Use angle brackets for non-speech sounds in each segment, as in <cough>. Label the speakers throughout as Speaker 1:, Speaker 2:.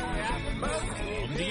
Speaker 1: From the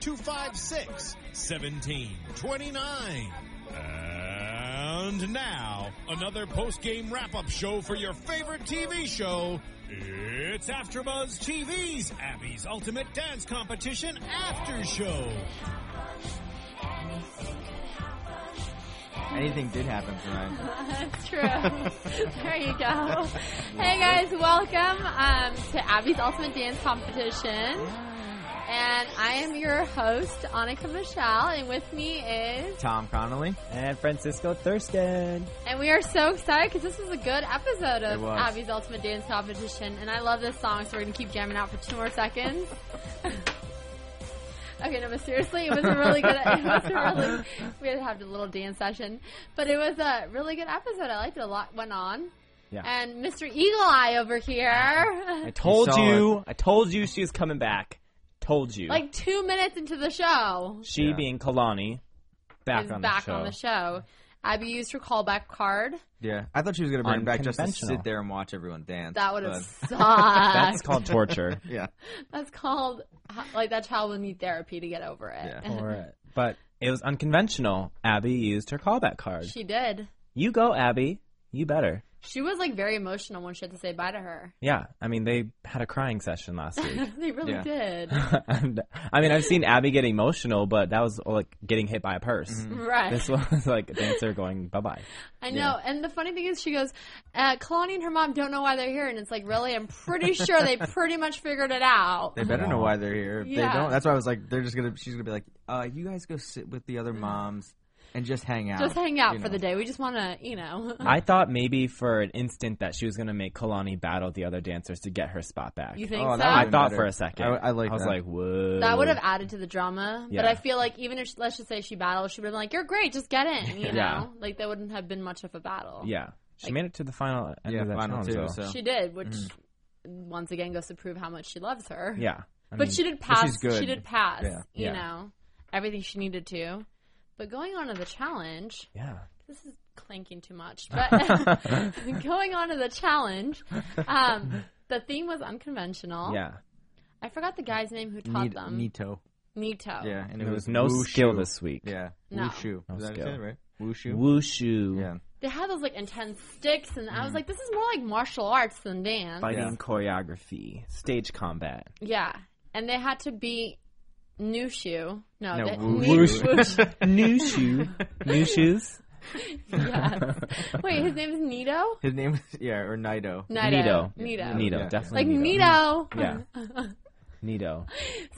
Speaker 1: 256 1729. And now, another post game wrap up show for your favorite TV show. It's AfterBuzz TV's Abby's Ultimate Dance Competition After Show.
Speaker 2: Anything did happen tonight.
Speaker 3: That's true. <laughs> there you go. Hey guys, welcome um, to Abby's Ultimate Dance Competition. And I am your host, Annika Michelle, and with me is,
Speaker 2: Tom Connolly.
Speaker 4: And Francisco Thurston.
Speaker 3: and we are so excited because this was a good episode
Speaker 2: It
Speaker 3: of
Speaker 2: was.
Speaker 3: Abby's Ultimate Dance Competition. And I love this song, so we're going to keep jamming out for two more seconds. <laughs> Okay, no, but seriously, it was a really good. <laughs> It was a really. We had to have a little dance session, but it was a really good episode. I liked it. A lot went on.
Speaker 2: Yeah.
Speaker 3: And Mr. Eagle Eye over
Speaker 4: I
Speaker 3: here,
Speaker 4: told
Speaker 2: saw
Speaker 4: you. I told you she was coming back. Told you.
Speaker 3: like two minutes into the show,
Speaker 4: she
Speaker 2: Yeah.
Speaker 4: being Kalani.
Speaker 2: Back
Speaker 3: is
Speaker 2: on
Speaker 3: back
Speaker 2: the show.
Speaker 3: on the show. Abby used her callback card.
Speaker 2: yeah, I thought she was gonna bring it back just to
Speaker 4: Unconventional.
Speaker 2: sit there and watch everyone dance.
Speaker 3: That would have
Speaker 2: but-
Speaker 3: sucked.
Speaker 2: <laughs>
Speaker 4: That's
Speaker 3: That's,
Speaker 4: called
Speaker 3: <laughs>
Speaker 4: torture.
Speaker 2: Yeah,
Speaker 3: called like that child would need therapy to get over it.
Speaker 2: Yeah.
Speaker 4: Or, uh, but it was unconventional. Abby used her callback card.
Speaker 3: she did.
Speaker 4: you go, Abby. You better.
Speaker 3: She was like very emotional when she had to say bye to her. <laughs>
Speaker 4: Yeah. I mean, they had a crying session last week. <laughs>
Speaker 3: they really
Speaker 2: Yeah. <laughs>
Speaker 3: did.
Speaker 4: And, I mean, I've seen Abby get emotional, but that was like getting hit by a purse.
Speaker 2: Mm-hmm.
Speaker 3: Right.
Speaker 4: This was like a dancer going bye bye.
Speaker 3: I know. And the funny thing is, she goes, uh, Kalani and her mom don't know why they're here. And it's like, really? I'm
Speaker 2: <laughs>
Speaker 3: pretty sure they pretty much figured it out.
Speaker 2: they better know
Speaker 4: Wow.
Speaker 2: why they're here. If
Speaker 3: Yeah.
Speaker 2: They don't. That's why I was like, they're just gonna. She's gonna be like, uh, you guys go sit with the other moms and just hang out.
Speaker 3: Just hang out
Speaker 2: you
Speaker 3: for
Speaker 2: know.
Speaker 3: the day. We just want to, you
Speaker 2: <laughs>
Speaker 3: know.
Speaker 4: I thought maybe for an instant that she was going to make Kalani battle the other dancers to get her spot back.
Speaker 3: you think
Speaker 2: Oh, that
Speaker 4: I
Speaker 3: so?
Speaker 2: Even
Speaker 4: thought
Speaker 2: better.
Speaker 4: for a second.
Speaker 2: I- I like
Speaker 4: I was
Speaker 2: that.
Speaker 4: like, whoa.
Speaker 3: That would have added to the drama. But
Speaker 4: Yeah.
Speaker 3: I feel like even if, she, let's just say she battled, she would have been like, you're great, just get in,
Speaker 2: <laughs>
Speaker 3: you know?
Speaker 4: Yeah.
Speaker 3: Like, there wouldn't have been much of a battle.
Speaker 4: Yeah, she made it to the final end
Speaker 2: Yeah,
Speaker 4: of that
Speaker 2: final
Speaker 4: challenge,
Speaker 2: two.
Speaker 4: though.
Speaker 2: So Mm.
Speaker 3: She did, which once again goes to prove how much she loves her.
Speaker 4: Yeah, I
Speaker 3: but
Speaker 4: mean,
Speaker 3: she did
Speaker 2: but she's
Speaker 3: pass.
Speaker 2: good.
Speaker 3: She did pass,
Speaker 2: Yeah.
Speaker 3: you
Speaker 4: Yeah.
Speaker 3: know, everything she needed to. But going on to the challenge.
Speaker 4: yeah,
Speaker 3: this is clanking too much.
Speaker 2: <laughs>
Speaker 3: But <laughs> going on to the challenge, um, the theme was unconventional.
Speaker 4: yeah.
Speaker 3: I forgot the guy's name who taught
Speaker 2: Need,
Speaker 3: them.
Speaker 2: Nito.
Speaker 3: Nito.
Speaker 2: Yeah, and it
Speaker 4: There
Speaker 2: was
Speaker 4: was no
Speaker 2: wushu.
Speaker 4: skill this week.
Speaker 2: Yeah,
Speaker 3: No.
Speaker 2: wushu.
Speaker 4: No
Speaker 2: Is that
Speaker 4: skill.
Speaker 2: it, right? Wushu.
Speaker 4: Wushu
Speaker 2: Yeah.
Speaker 3: They had those like intense sticks, and
Speaker 2: Mm.
Speaker 3: I was like, this is more like martial arts than dance.
Speaker 4: fighting
Speaker 2: Yeah.
Speaker 4: choreography, stage
Speaker 2: <laughs>
Speaker 4: combat.
Speaker 3: yeah, and they had to beat Nushu. No,
Speaker 2: No,
Speaker 3: they,
Speaker 2: Wushu. <laughs>
Speaker 3: Wushu.
Speaker 4: New shoe, new shoes.
Speaker 3: yes. Wait, his name is Nito. <laughs>
Speaker 2: His name is yeah, or Nito.
Speaker 3: Nito.
Speaker 4: Nito.
Speaker 3: Nito.
Speaker 4: Nito,
Speaker 2: Yeah.
Speaker 3: Like
Speaker 4: definitely.
Speaker 3: Nito.
Speaker 4: Yeah.
Speaker 3: <laughs>
Speaker 4: Nito.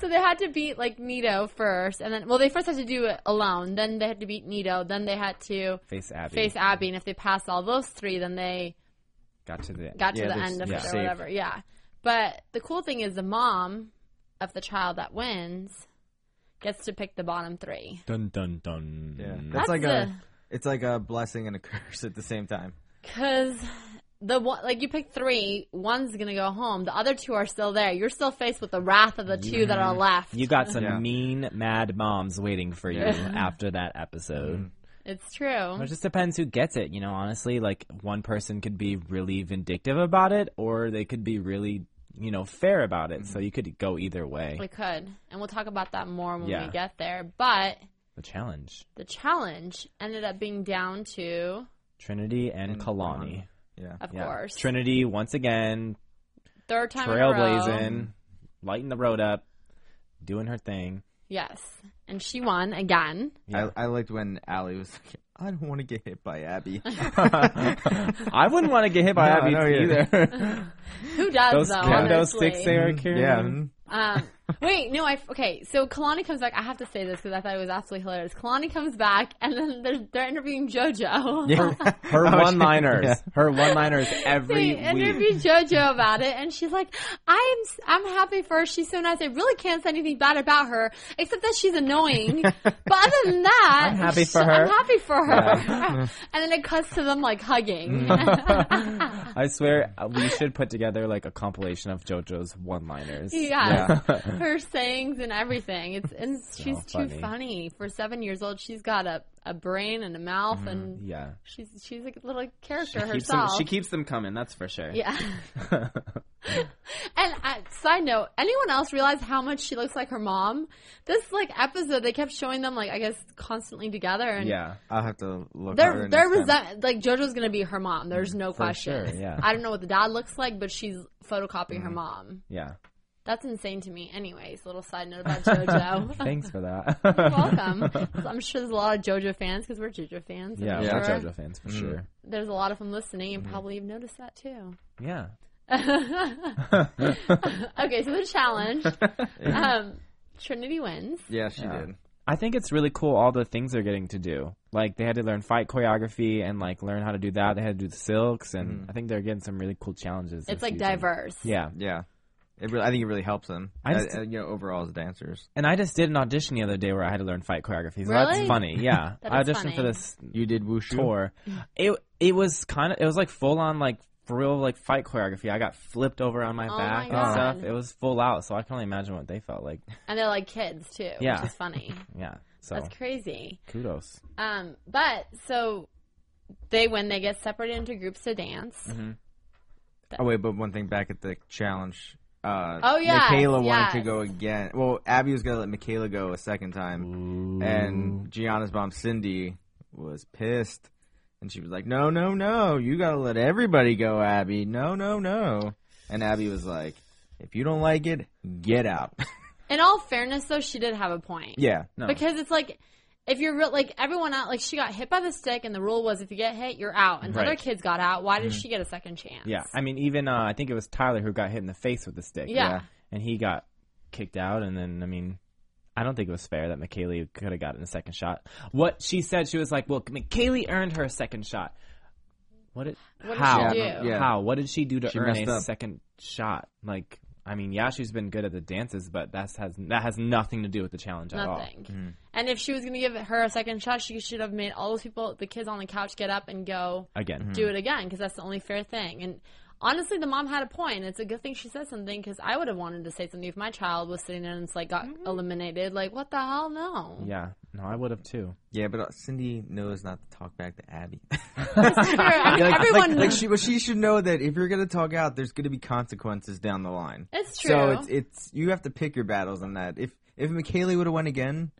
Speaker 3: So they had to beat like Nito first, and then well, they first had to do it alone. Then they had to beat Nito. Then they had to
Speaker 4: Face Abby.
Speaker 3: face Abby, and if they passed all those three, then they
Speaker 4: Got to the
Speaker 3: got to
Speaker 2: Yeah,
Speaker 3: the
Speaker 2: they're-
Speaker 3: end of
Speaker 4: yeah.
Speaker 3: it or
Speaker 2: Saved.
Speaker 3: whatever. Yeah. But the cool thing is the mom of the child that wins gets to pick the bottom three.
Speaker 4: Dun dun dun.
Speaker 2: Yeah, that's,
Speaker 3: That's
Speaker 2: like
Speaker 3: a-
Speaker 2: a, it's like a blessing and a curse at the same time.
Speaker 3: Cause the one, like you pick three, one's gonna go home. The other two are still there. You're still faced with the wrath of the two that are left.
Speaker 4: You got some
Speaker 2: Yeah.
Speaker 4: mean, mad moms waiting for you after that episode.
Speaker 3: it's true.
Speaker 4: It just depends who gets it, you know, honestly. Like, one person could be really vindictive about it, or they could be really, you know, fair about it. So you could go either way.
Speaker 3: We could, and we'll talk about that more when
Speaker 4: Yeah.
Speaker 3: we get there. But
Speaker 4: the challenge
Speaker 3: the challenge ended up being down to,
Speaker 4: Trinity and,
Speaker 2: And
Speaker 4: Kalani.
Speaker 2: Yeah,
Speaker 3: of
Speaker 4: Yeah.
Speaker 3: course,
Speaker 4: Trinity, once again,
Speaker 3: third time in a row.
Speaker 4: trailblazing, lighting the road up, doing her thing.
Speaker 3: Yes, and she won again. <laughs>
Speaker 4: Yeah.
Speaker 2: I, I liked when Allie was like, I don't want to get hit
Speaker 4: <laughs>
Speaker 2: by Abby. <laughs>
Speaker 4: I wouldn't want to get hit by
Speaker 2: No,
Speaker 4: Abby
Speaker 2: no,
Speaker 4: <laughs>
Speaker 2: yeah.
Speaker 4: either.
Speaker 3: Who does
Speaker 4: Those
Speaker 3: though?
Speaker 4: kendo
Speaker 3: honestly?
Speaker 4: sticks they
Speaker 2: Mm-hmm.
Speaker 4: are carrying.
Speaker 2: yeah.
Speaker 3: Um, wait, no, I okay. So Kalani comes back. I have to say this because I thought it was absolutely hilarious. Kalani comes back, and then they're, they're interviewing JoJo.
Speaker 4: <laughs>
Speaker 2: <laughs>
Speaker 4: Her
Speaker 2: Oh, she-
Speaker 4: one-liners.
Speaker 2: yeah.
Speaker 4: Her one-liners every
Speaker 3: They interview
Speaker 4: week.
Speaker 3: JoJo about it, and she's like, "I'm I'm happy for her. She's so nice. I really can't say anything bad about her, except that
Speaker 4: <laughs>
Speaker 3: she's annoying. but other than that,
Speaker 4: I'm happy for
Speaker 3: she-
Speaker 4: her.
Speaker 3: I'm happy for her." <laughs> and then it cuts to them like hugging.
Speaker 4: <laughs>
Speaker 3: <laughs>
Speaker 4: I swear uh, we should put together like a compilation of JoJo's one-liners.
Speaker 3: yeah, her sayings and everything. It's and she's too
Speaker 4: funny.
Speaker 3: funny for seven years old. She's got a a brain and a mouth
Speaker 4: <laughs>
Speaker 3: and.
Speaker 4: Yeah.
Speaker 3: She's she's a little character
Speaker 4: Mm-hmm. She keeps, them,
Speaker 3: herself.
Speaker 4: she keeps them coming, that's for sure.
Speaker 3: Yeah. and uh, side note, anyone else realize how much she looks like her mom? This like episode, they kept showing them like I guess constantly together,
Speaker 4: <laughs>
Speaker 3: and
Speaker 4: Yeah.
Speaker 2: I'll have to look.
Speaker 3: they're
Speaker 2: harder
Speaker 3: they're
Speaker 2: next time.
Speaker 3: resent- like JoJo's gonna be her mom. There's no question.
Speaker 4: sure, yeah. Mm-hmm.
Speaker 3: I don't know what the dad looks like, but she's photocopying her mom.
Speaker 4: Yeah.
Speaker 3: That's insane to me. Anyways, little side note about
Speaker 4: <laughs>
Speaker 3: JoJo.
Speaker 4: Thanks for that.
Speaker 3: You're Welcome. So I'm sure there's a lot of JoJo fans because we're JoJo fans.
Speaker 4: <laughs>
Speaker 3: and
Speaker 4: Yeah,
Speaker 3: I'm
Speaker 4: we're
Speaker 3: sure
Speaker 4: JoJo Mm-hmm. fans for sure.
Speaker 3: There's a lot of them listening and probably have noticed
Speaker 4: <laughs>
Speaker 3: that too. <laughs>
Speaker 4: Yeah.
Speaker 3: Okay, so the challenge.
Speaker 4: <laughs>
Speaker 3: um, Trinity wins.
Speaker 2: Yeah, she did.
Speaker 4: I think it's really cool all the things they're getting to do. Like they had to learn fight choreography and like learn how to do that. They had to do the silks and I think they're getting some really cool challenges.
Speaker 3: It's
Speaker 4: this
Speaker 3: like
Speaker 4: season.
Speaker 3: diverse.
Speaker 4: Yeah.
Speaker 2: Yeah. It really, I think it really helps them.
Speaker 4: I just-
Speaker 2: uh, uh, you know, overall as dancers.
Speaker 4: And I just did an audition the other day where I had to learn fight choreography. So
Speaker 3: Really?
Speaker 4: that's funny. Yeah.
Speaker 3: <laughs> That
Speaker 4: I
Speaker 3: is
Speaker 4: auditioned
Speaker 3: funny.
Speaker 4: for this
Speaker 2: You did wushu.
Speaker 4: tour. It it was kind of it was like full on like for real like fight choreography. I got flipped over on my
Speaker 3: Oh
Speaker 4: back
Speaker 3: my
Speaker 4: and
Speaker 3: God.
Speaker 4: stuff. It was full out, so I can only imagine what they felt like. <laughs>
Speaker 3: And they're like kids too,
Speaker 4: Yeah.
Speaker 3: which
Speaker 4: <laughs>
Speaker 3: is funny.
Speaker 4: Yeah. So
Speaker 3: That's crazy.
Speaker 4: kudos.
Speaker 3: Um, but so they when they get separated into groups to dance.
Speaker 4: Mm-hmm.
Speaker 2: Oh wait, but one thing back at the challenge. Uh,
Speaker 3: Oh, yes,
Speaker 2: Michaela wanted to
Speaker 3: yes.
Speaker 2: go again. Well, Abby was gonna let Michaela go a second time, and Gianna's mom Cindy was pissed, and she was like, "No, no, no! You gotta let everybody go, Abby! No, no, no!" And Abby was like, "If you don't like it, get out." <laughs>
Speaker 3: In all fairness, though, she did have a point.
Speaker 2: yeah,
Speaker 4: No.
Speaker 3: Because it's like if you're real, like everyone out, like she got hit by the stick, and the rule was if you get hit, you're out. And
Speaker 4: Right. Mm-hmm.
Speaker 3: other kids got out. Why did she get a second chance?
Speaker 4: Yeah, I mean, even uh, I think it was Tyler who got hit in the face with the stick.
Speaker 3: Yeah. Yeah.
Speaker 4: and he got kicked out, and then I mean, I don't think it was fair that McKaylee could have gotten a second shot. What she said, she was like, "Well, McKaylee earned her second shot." What? It,
Speaker 3: What did
Speaker 4: how?
Speaker 3: she do?
Speaker 2: Yeah.
Speaker 4: How? What did she do to
Speaker 2: She
Speaker 4: earn
Speaker 2: messed
Speaker 4: a
Speaker 2: up.
Speaker 4: second shot? Like, I mean, yeah, she's been good at the dances, but that has that has nothing to do with the challenge at all. Mm-hmm.
Speaker 3: Nothing. And if she was going to give her a second shot, she should have made all those people, the kids on the couch, get up and go
Speaker 4: Again,
Speaker 2: Mm-hmm. Hmm.
Speaker 3: do it again because that's the only fair thing. And honestly, the mom had a point. It's a good thing she said something because I would have wanted to say something if my child was sitting there and it's like got eliminated. Like, what the hell? No. <laughs>
Speaker 4: yeah, no, I would have too.
Speaker 2: yeah, but uh, Cindy knows not to talk back to <laughs> Abby.
Speaker 3: Sure, I mean,
Speaker 2: <laughs> like,
Speaker 3: everyone.
Speaker 2: like, like she, well, she should know that if you're gonna talk out, there's gonna be consequences down the line.
Speaker 3: It's
Speaker 2: So
Speaker 3: true.
Speaker 2: it's oh, it's you have to pick your battles on that. If if McKaylee would have won again,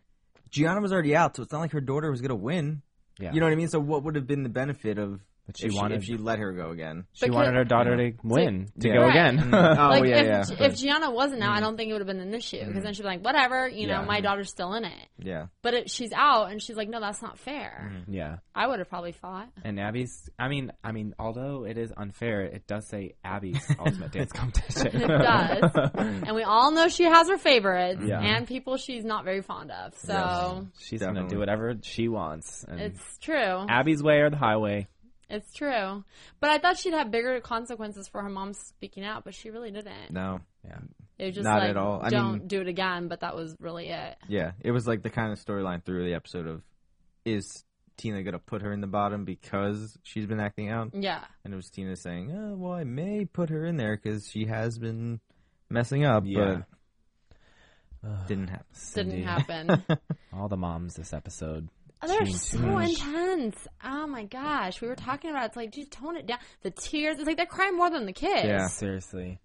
Speaker 2: Gianna was already out, so it's not like her daughter was gonna win.
Speaker 4: Yeah,
Speaker 2: You know what I mean? So what would have been the benefit of
Speaker 4: But she
Speaker 2: if,
Speaker 4: wanted-
Speaker 2: if she let her go again?
Speaker 4: she
Speaker 3: Because-
Speaker 4: wanted her daughter to win to
Speaker 2: Mm-hmm. Yeah.
Speaker 4: go
Speaker 3: Right.
Speaker 4: again.
Speaker 2: <laughs> oh
Speaker 3: like,
Speaker 2: yeah,
Speaker 3: if,
Speaker 2: yeah, Mm.
Speaker 3: G- if Gianna wasn't out, I don't think it would have been an issue because then she'd be like, whatever, you know,
Speaker 4: Yeah.
Speaker 3: my daughter's still in it.
Speaker 2: yeah.
Speaker 3: But it, she's out and she's like, no, that's not fair.
Speaker 4: <laughs>
Speaker 2: Mm.
Speaker 4: yeah.
Speaker 3: I would have probably
Speaker 2: <laughs>
Speaker 3: fought.
Speaker 4: And Abby's, I mean, I mean, although it is unfair, it does say <laughs> Abby's ultimate dance
Speaker 3: It
Speaker 4: competition.
Speaker 3: does. and we all know she has her favorites
Speaker 4: Yeah.
Speaker 3: and people she's not very fond of. So
Speaker 4: <laughs> She's gonna
Speaker 2: Definitely.
Speaker 4: do whatever she wants. And
Speaker 3: it's true.
Speaker 4: Abby's way or the highway.
Speaker 3: It's true. But I thought she'd have bigger consequences for her mom speaking out, but she really didn't.
Speaker 2: No.
Speaker 4: Yeah,
Speaker 3: It was just
Speaker 2: Not
Speaker 3: like,
Speaker 2: at all. I
Speaker 3: don't
Speaker 2: mean-
Speaker 3: do it again, but that was really it.
Speaker 2: Yeah. It was like the kind of storyline through the episode of is Tina gonna put her in the bottom because she's been acting out?
Speaker 3: Yeah.
Speaker 2: And it was Tina saying, oh, well, I may put her in there because she has been messing up,
Speaker 4: Yeah.
Speaker 2: but <sighs> didn't happen.
Speaker 3: Didn't
Speaker 4: Cindy.
Speaker 2: <laughs>
Speaker 3: happen.
Speaker 4: all the moms this episode.
Speaker 3: Oh, They're
Speaker 4: Change
Speaker 3: so
Speaker 4: so much.
Speaker 3: intense. Oh my gosh. We were talking about it. it's like, dude, tone it down. The tears. It's like they're crying more than the kids.
Speaker 2: Yeah.
Speaker 4: Seriously,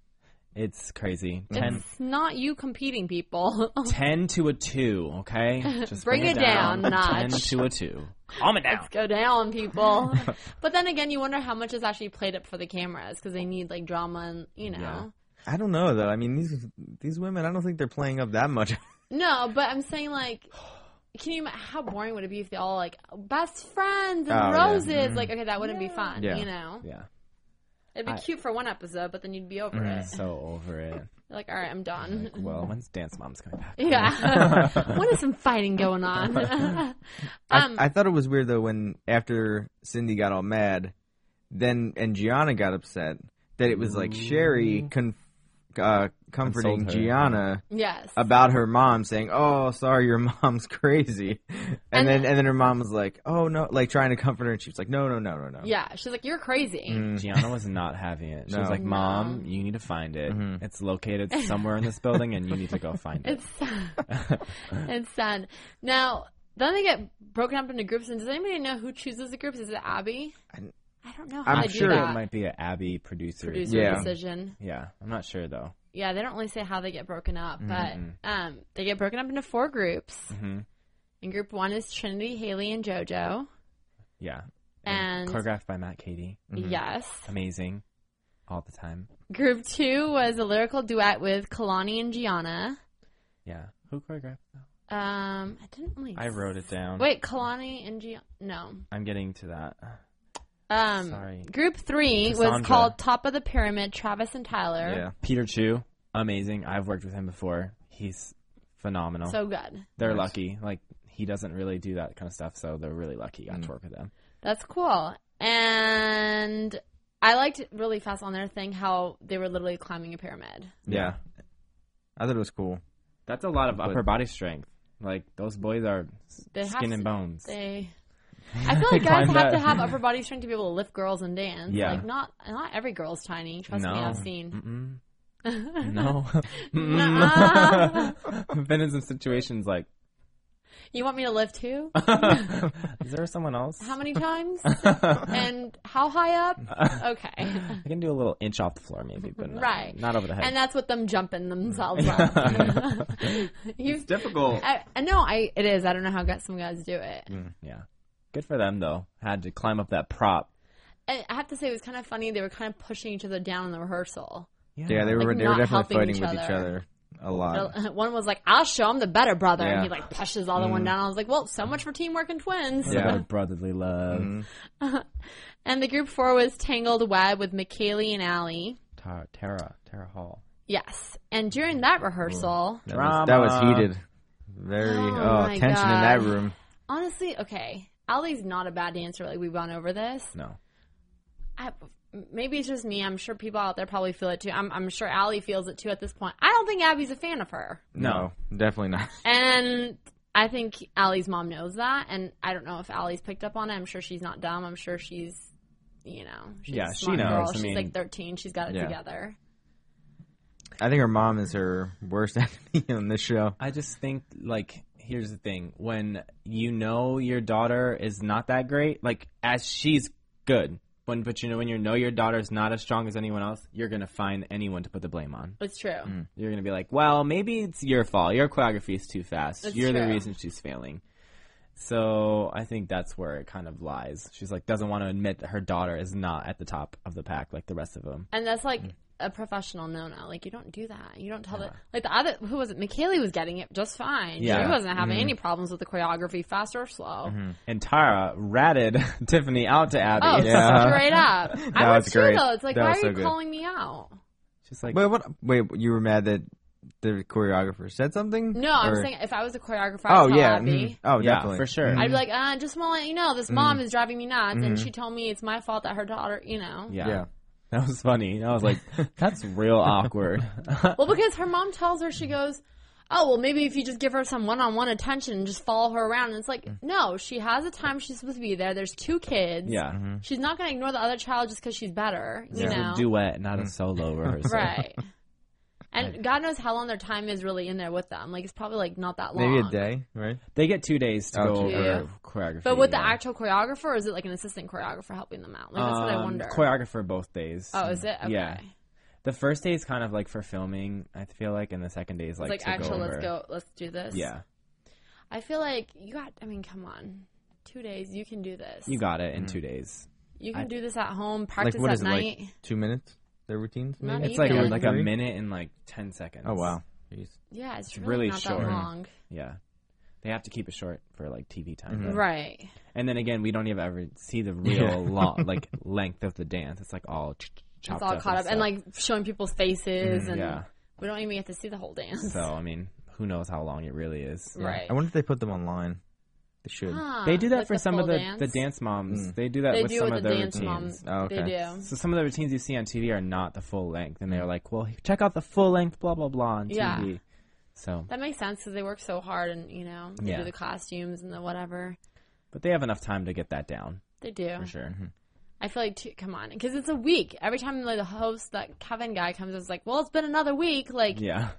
Speaker 4: it's crazy. Ten,
Speaker 3: It's not you competing, people. <laughs>
Speaker 4: 10 to a two. Okay, just
Speaker 3: Bring it down a
Speaker 4: Ten
Speaker 3: notch.
Speaker 4: to a two. Calm it down.
Speaker 3: go down,
Speaker 2: <laughs>
Speaker 3: people. but then again, you wonder how much is actually played up for the cameras because they need like drama and you know.
Speaker 4: Yeah.
Speaker 2: I don't know though. I mean, these these women, I don't think they're playing up that much.
Speaker 3: No, but I'm saying like Can you? How boring would it be if they all like best friends and
Speaker 2: Oh, yeah.
Speaker 3: roses? Like, okay, that wouldn't be fun.
Speaker 2: Yeah.
Speaker 3: You know,
Speaker 4: Yeah.
Speaker 3: it'd be
Speaker 4: I-
Speaker 3: cute for one episode, but then you'd be over
Speaker 2: Mm-hmm.
Speaker 4: I'm
Speaker 3: it.
Speaker 4: Mm-hmm. so over it.
Speaker 3: You're like, all right, I'm done. <laughs>
Speaker 4: Like, well, when's Dance Mom's coming back?
Speaker 2: <laughs>
Speaker 3: yeah, when is some fighting going on? <laughs> um,
Speaker 2: <laughs> I, I thought it was weird though when after Cindy got all mad, then and Gianna got upset that it was like Sherry con- uh, comforting
Speaker 4: Consoled her,
Speaker 2: Gianna
Speaker 3: yes.
Speaker 2: about her mom, saying, "Oh, sorry, your <laughs> mom's crazy," and,
Speaker 3: And-
Speaker 2: then and then her mom was like, "Oh no," like trying to comfort her, and she was like, "No, no, no, no, no."
Speaker 3: yeah, she's like, you're crazy.
Speaker 2: Mm.
Speaker 4: Gianna was not having it. She was
Speaker 2: No.
Speaker 4: like,
Speaker 3: No.
Speaker 4: "Mom, you need to find it. It's located somewhere in this building, and you need to go find
Speaker 3: <laughs>
Speaker 4: it."
Speaker 2: <laughs>
Speaker 3: It's it's done. Now, then they get broken up into groups, and does anybody know who chooses the groups? Is it Abby? I,
Speaker 2: I-
Speaker 3: don't know how
Speaker 2: I'm
Speaker 3: they
Speaker 2: sure
Speaker 3: do
Speaker 2: it
Speaker 4: It
Speaker 3: that.
Speaker 4: might be an Abby producer.
Speaker 3: Producer
Speaker 2: Yeah.
Speaker 3: decision.
Speaker 4: Yeah, I'm not sure though.
Speaker 3: Yeah, they don't really say how they get broken up, but
Speaker 4: Mhm.
Speaker 3: um, they get broken up into four groups.
Speaker 4: hmm
Speaker 3: And group one is Trinity, Haley, and JoJo.
Speaker 4: Mm-hmm. Yeah,
Speaker 3: And-
Speaker 4: choreographed by Matt Cady. Mm-hmm.
Speaker 3: Yes.
Speaker 4: Amazing, all the time.
Speaker 3: Group two was a lyrical duet with Kalani and Gianna.
Speaker 4: Yeah, who choreographed? that?
Speaker 3: Um, I didn't really.
Speaker 4: I wrote it down.
Speaker 3: Wait, Kalani and Gianna. No.
Speaker 4: I'm getting to that.
Speaker 3: Um,
Speaker 4: Sorry.
Speaker 3: Group three was
Speaker 4: Cassandra.
Speaker 3: called Top of the Pyramid, Travis and Tyler.
Speaker 2: yeah.
Speaker 4: Peter Chu, amazing. I've worked with him before. He's phenomenal.
Speaker 3: So good.
Speaker 4: they're
Speaker 2: Nice.
Speaker 4: lucky. Like he doesn't really do that kind of stuff, so they're really lucky. I got
Speaker 2: Mm.
Speaker 4: to work with them.
Speaker 3: That's cool. And I liked really fast on their thing how they were literally climbing a pyramid.
Speaker 2: Yeah. I thought it was cool.
Speaker 4: That's a lot of upper body strength. Like those boys are s-
Speaker 3: They have
Speaker 4: skin
Speaker 3: to-
Speaker 4: and bones.
Speaker 3: They. I feel like guys
Speaker 4: Climb
Speaker 3: have to
Speaker 4: that.
Speaker 3: have upper body strength to be able to lift girls and dance.
Speaker 4: Yeah.
Speaker 3: Like not not every girl's tiny. Trust
Speaker 4: no,
Speaker 3: me, I've seen.
Speaker 4: Mm-mm. <laughs> no.
Speaker 3: <laughs>
Speaker 4: <laughs>
Speaker 3: Nuh-uh.
Speaker 4: Mm-mm. Been in some situations like,
Speaker 3: You want me to lift
Speaker 4: <laughs>
Speaker 3: too?
Speaker 4: is there someone else?
Speaker 3: How
Speaker 4: <laughs>
Speaker 3: many times? and how high up? Okay.
Speaker 4: I can do a little inch off the floor, maybe, but not,
Speaker 3: Right.
Speaker 4: not over the head.
Speaker 3: And that's what them jumping themselves up.
Speaker 4: <laughs>
Speaker 3: <laughs> You've,
Speaker 2: Difficult.
Speaker 3: I, I know I it is. I don't know how gu- some guys do it.
Speaker 4: yeah, good for them though. Had to climb up that prop.
Speaker 3: And I have to say it was kind of funny. They were kind of pushing each other down in the rehearsal.
Speaker 2: Yeah, they were
Speaker 3: Like,
Speaker 2: they
Speaker 3: not
Speaker 2: were
Speaker 3: helping
Speaker 2: definitely fighting
Speaker 3: each
Speaker 2: with each
Speaker 3: other.
Speaker 2: other a
Speaker 3: <laughs>
Speaker 2: lot.
Speaker 3: One was like, "I'll show him the better brother," and
Speaker 2: Yeah. Mm.
Speaker 3: he like pushes the other one down. I was like, "Well, so much for teamwork and twins."
Speaker 2: Yeah.
Speaker 4: Their brotherly love.
Speaker 3: And the group four was Tangled Web with McKaylee and Allie.
Speaker 4: Tara, Tara, Tara Hall.
Speaker 3: Yes, and during that rehearsal,
Speaker 2: That was, that was
Speaker 4: Drama.
Speaker 2: heated. Very
Speaker 3: Oh
Speaker 2: oh,
Speaker 3: my
Speaker 2: tension in that
Speaker 3: gosh.
Speaker 2: room.
Speaker 3: honestly, okay, Allie's not a bad dancer. Like we've gone over this.
Speaker 4: No,
Speaker 3: I, maybe it's just me. I'm sure people out there probably feel it too. I'm, I'm sure Allie feels it too at this point. I don't think Abby's a fan of her.
Speaker 2: No, definitely not.
Speaker 3: And I think Allie's mom knows that. And I don't know if Allie's picked up on it. I'm sure she's not dumb. I'm sure she's, you know, she's
Speaker 4: Yeah,
Speaker 3: a
Speaker 4: she
Speaker 3: smart
Speaker 4: knows.
Speaker 3: Girl.
Speaker 4: I
Speaker 3: she's
Speaker 4: mean-
Speaker 3: like 13. She's got it
Speaker 2: Yeah.
Speaker 3: together.
Speaker 2: <laughs> I think her mom is her worst <laughs> enemy on this show.
Speaker 4: I just think like here's the thing: when you know your daughter is not that great, like as she's good, when but you know when you know your daughter's not as strong as anyone else, you're gonna find anyone to put the blame on.
Speaker 3: It's true.
Speaker 2: Mm.
Speaker 4: You're gonna be like, well, maybe it's your fault. Your choreography is too fast.
Speaker 3: That's
Speaker 4: you're the
Speaker 3: true.
Speaker 4: reason she's failing. So I think that's where it kind of lies. She's like doesn't want to admit that her daughter is not at the top of the pack like the rest of them.
Speaker 3: And that's
Speaker 2: Mm.
Speaker 3: like a professional no no. Like you don't do that. You don't tell the like the other who was it? McKaylee was getting it just fine. She
Speaker 4: Yeah.
Speaker 3: wasn't
Speaker 2: Mm-hmm.
Speaker 3: having any problems with the choreography, fast or slow.
Speaker 4: And Tara ratted <laughs> Tiffany out to Abby. <laughs>
Speaker 3: Oh,
Speaker 2: Yeah.
Speaker 3: straight
Speaker 2: <laughs>
Speaker 3: up. I
Speaker 2: No,
Speaker 3: would
Speaker 2: it's
Speaker 3: too
Speaker 2: great.
Speaker 3: though. It's like
Speaker 2: That
Speaker 3: why are
Speaker 2: was so
Speaker 3: you
Speaker 2: good.
Speaker 3: calling me out?
Speaker 4: She's like,
Speaker 2: Wait, what? Wait, you were mad that the choreographer said something?
Speaker 3: No, I'm
Speaker 2: Or-
Speaker 3: saying if I was a choreographer, I'd
Speaker 2: Oh
Speaker 3: tell
Speaker 2: yeah,
Speaker 3: Abby.
Speaker 2: mhm. oh
Speaker 4: yeah,
Speaker 2: definitely
Speaker 4: for sure.
Speaker 3: I'd be like, uh, just want to let you know,
Speaker 4: Mm-hmm.
Speaker 3: this mom is driving me nuts, and she told me it's my fault that her daughter, you know.
Speaker 4: yeah.
Speaker 2: Yeah,
Speaker 4: That was funny. I was like, that's real awkward.
Speaker 3: Well, because her mom tells her, she goes, oh, well, maybe if you just give her some one on one attention and just follow her around. And it's like,
Speaker 4: Mm.
Speaker 3: no, she has a time she's supposed to be there. There's two kids.
Speaker 4: yeah.
Speaker 3: She's not going to ignore the other child just because she's better, you
Speaker 4: It's
Speaker 3: know.
Speaker 4: a duet, not a solo rehearsal. <laughs>
Speaker 3: right. And God knows how long their time is really in there with them. Like, it's probably like not that long.
Speaker 2: maybe a day, right?
Speaker 4: They get two days to
Speaker 2: Oh,
Speaker 4: go
Speaker 2: geez.
Speaker 4: over
Speaker 3: Yeah.
Speaker 4: choreography.
Speaker 3: But with the
Speaker 4: yeah.
Speaker 3: actual choreographer, or is it like an assistant choreographer helping them out? Like, that's what I
Speaker 4: Um,
Speaker 3: wonder.
Speaker 4: Choreographer both days.
Speaker 3: oh, is it? Okay.
Speaker 4: Yeah. The first day is kind of like for filming, I feel like, and the second day is like,
Speaker 3: It's like,
Speaker 4: to
Speaker 3: actual,
Speaker 4: go
Speaker 3: let's
Speaker 4: over.
Speaker 3: go, let's do this.
Speaker 4: Yeah,
Speaker 3: I feel like you got. I mean, come on, two days. You can do this.
Speaker 4: you got it in
Speaker 2: Mm.
Speaker 4: two days.
Speaker 3: You can do this at home. Practice
Speaker 2: like what
Speaker 3: at
Speaker 2: is
Speaker 3: night.
Speaker 2: it like? Two minutes? Their routines?
Speaker 3: Not
Speaker 2: Maybe?
Speaker 4: It's like a,
Speaker 3: Even.
Speaker 4: like a minute and like ten seconds.
Speaker 2: Oh wow. Jeez.
Speaker 3: yeah, it's
Speaker 4: it's
Speaker 3: really,
Speaker 4: really
Speaker 3: not
Speaker 4: short.
Speaker 3: that long.
Speaker 4: Yeah, They have to keep it short for like TV time.
Speaker 2: Mhm.
Speaker 4: but-
Speaker 3: Right.
Speaker 4: And then again, we don't even ever see the real
Speaker 2: <laughs>
Speaker 4: long like length of the dance. It's like all ch- ch- chopped
Speaker 3: It's all
Speaker 4: up
Speaker 3: caught up
Speaker 4: stuff.
Speaker 3: and
Speaker 4: Mm,
Speaker 3: like showing people's faces and <laughs>
Speaker 4: yeah.
Speaker 3: we don't even get to see the whole dance. <laughs>
Speaker 4: So I mean, who knows how long it really is?
Speaker 3: Right.
Speaker 2: I wonder if they put them online. They should.
Speaker 3: Ah,
Speaker 4: They do that
Speaker 3: like
Speaker 4: for some
Speaker 3: full
Speaker 4: of the
Speaker 3: dance.
Speaker 4: the dance
Speaker 2: Mm.
Speaker 4: moms. They do that
Speaker 3: They
Speaker 4: with
Speaker 3: do
Speaker 4: some
Speaker 3: with
Speaker 4: of
Speaker 3: the
Speaker 4: their
Speaker 3: dance
Speaker 4: routines.
Speaker 3: moms.
Speaker 2: Oh,
Speaker 3: They
Speaker 2: okay.
Speaker 3: do.
Speaker 4: So some of the routines you see on TV are not the full length, and they're like, "Well, check out the full length, blah blah blah." On
Speaker 3: Yeah.
Speaker 4: TV. So,
Speaker 3: That makes sense because they work so hard and you know they
Speaker 4: Yeah.
Speaker 3: do the costumes and the whatever
Speaker 4: but they have enough time to get that down
Speaker 3: they do.
Speaker 4: for sure. Mm-hmm.
Speaker 3: I feel like too, come on because it's a week. Every time like the host that Kevin guy comes, it's like, well, it's been another week. Like
Speaker 4: Yeah,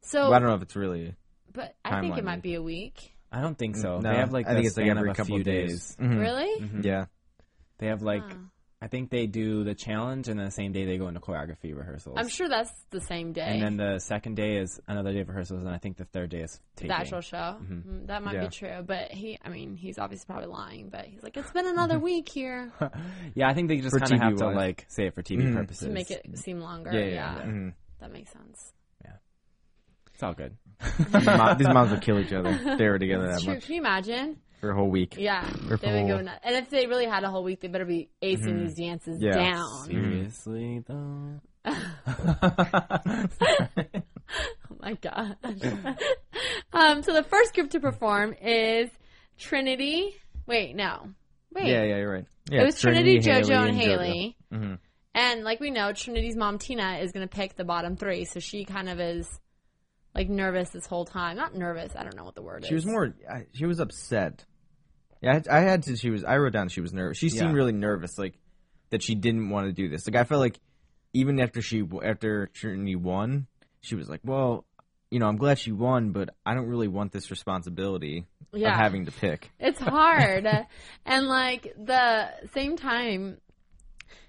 Speaker 3: so,
Speaker 2: Well, I don't know if it's really.
Speaker 3: but I think
Speaker 2: timeline
Speaker 3: it might
Speaker 2: week.
Speaker 3: be a week.
Speaker 4: I don't think so.
Speaker 2: Mm, No,
Speaker 4: Mm, they have like
Speaker 2: I think
Speaker 4: the
Speaker 2: it's like
Speaker 4: span
Speaker 2: every
Speaker 4: of a
Speaker 2: couple
Speaker 4: few
Speaker 2: of days. Mhm.
Speaker 3: Really?
Speaker 4: Mhm.
Speaker 2: Yeah.
Speaker 4: They have like
Speaker 3: Huh.
Speaker 4: I think they do the challenge, and then the same day they go into choreography rehearsals.
Speaker 3: I'm sure that's the same day.
Speaker 4: And then the second day is another day of rehearsals, and I think the third day is
Speaker 3: the
Speaker 4: taping.
Speaker 3: actual show. Mm, That might be
Speaker 2: Mm-hmm. Yeah.
Speaker 3: true, but he, I mean, he's obviously probably lying, but he's like, it's been
Speaker 2: <laughs>
Speaker 3: another week here
Speaker 4: yeah, I think they just
Speaker 2: For
Speaker 4: kind of have
Speaker 2: TV
Speaker 4: to
Speaker 2: wise.
Speaker 4: like say it for TV
Speaker 2: Mhm.
Speaker 4: purposes.
Speaker 3: to make it seem longer.
Speaker 4: Yeah,
Speaker 3: Yeah,
Speaker 4: yeah, yeah.
Speaker 2: Mhm.
Speaker 3: that makes sense.
Speaker 4: It's all good.
Speaker 3: <laughs>
Speaker 2: These mo- These moms would kill each other. They were together that
Speaker 3: It's true.
Speaker 2: much
Speaker 3: Can you imagine?
Speaker 2: for a whole week.
Speaker 3: Yeah, they would go
Speaker 2: Or full. Mm-hmm.
Speaker 3: nuts. And if they really had a whole week, they better be acing these dances
Speaker 2: Yeah.
Speaker 4: Seriously
Speaker 3: down.
Speaker 2: Mm-hmm.
Speaker 4: though.
Speaker 3: Oh my god. <laughs> um, so the first group to perform is Trinity. Wait, no. Wait.
Speaker 2: Yeah, yeah, you're right. Yeah,
Speaker 3: it was Trinity, JoJo, and,
Speaker 2: JoJo. Mm-hmm.
Speaker 3: Haley. And like we know, Trinity's mom Tina is going to pick the bottom three, so she kind of is like nervous this whole time. Not nervous. I don't know what the word is.
Speaker 2: She was more. I, she was upset. Yeah, I, I had to. She was. I wrote down she was nervous. She seemed
Speaker 4: Yeah.
Speaker 2: really nervous, like that she didn't want to do this. Like I felt like even after she after Trinity won, she was like, "Well, you know, I'm glad she won, but I don't really want this responsibility
Speaker 3: Yeah.
Speaker 2: of having to pick."
Speaker 3: It's hard. <laughs> and like the same time,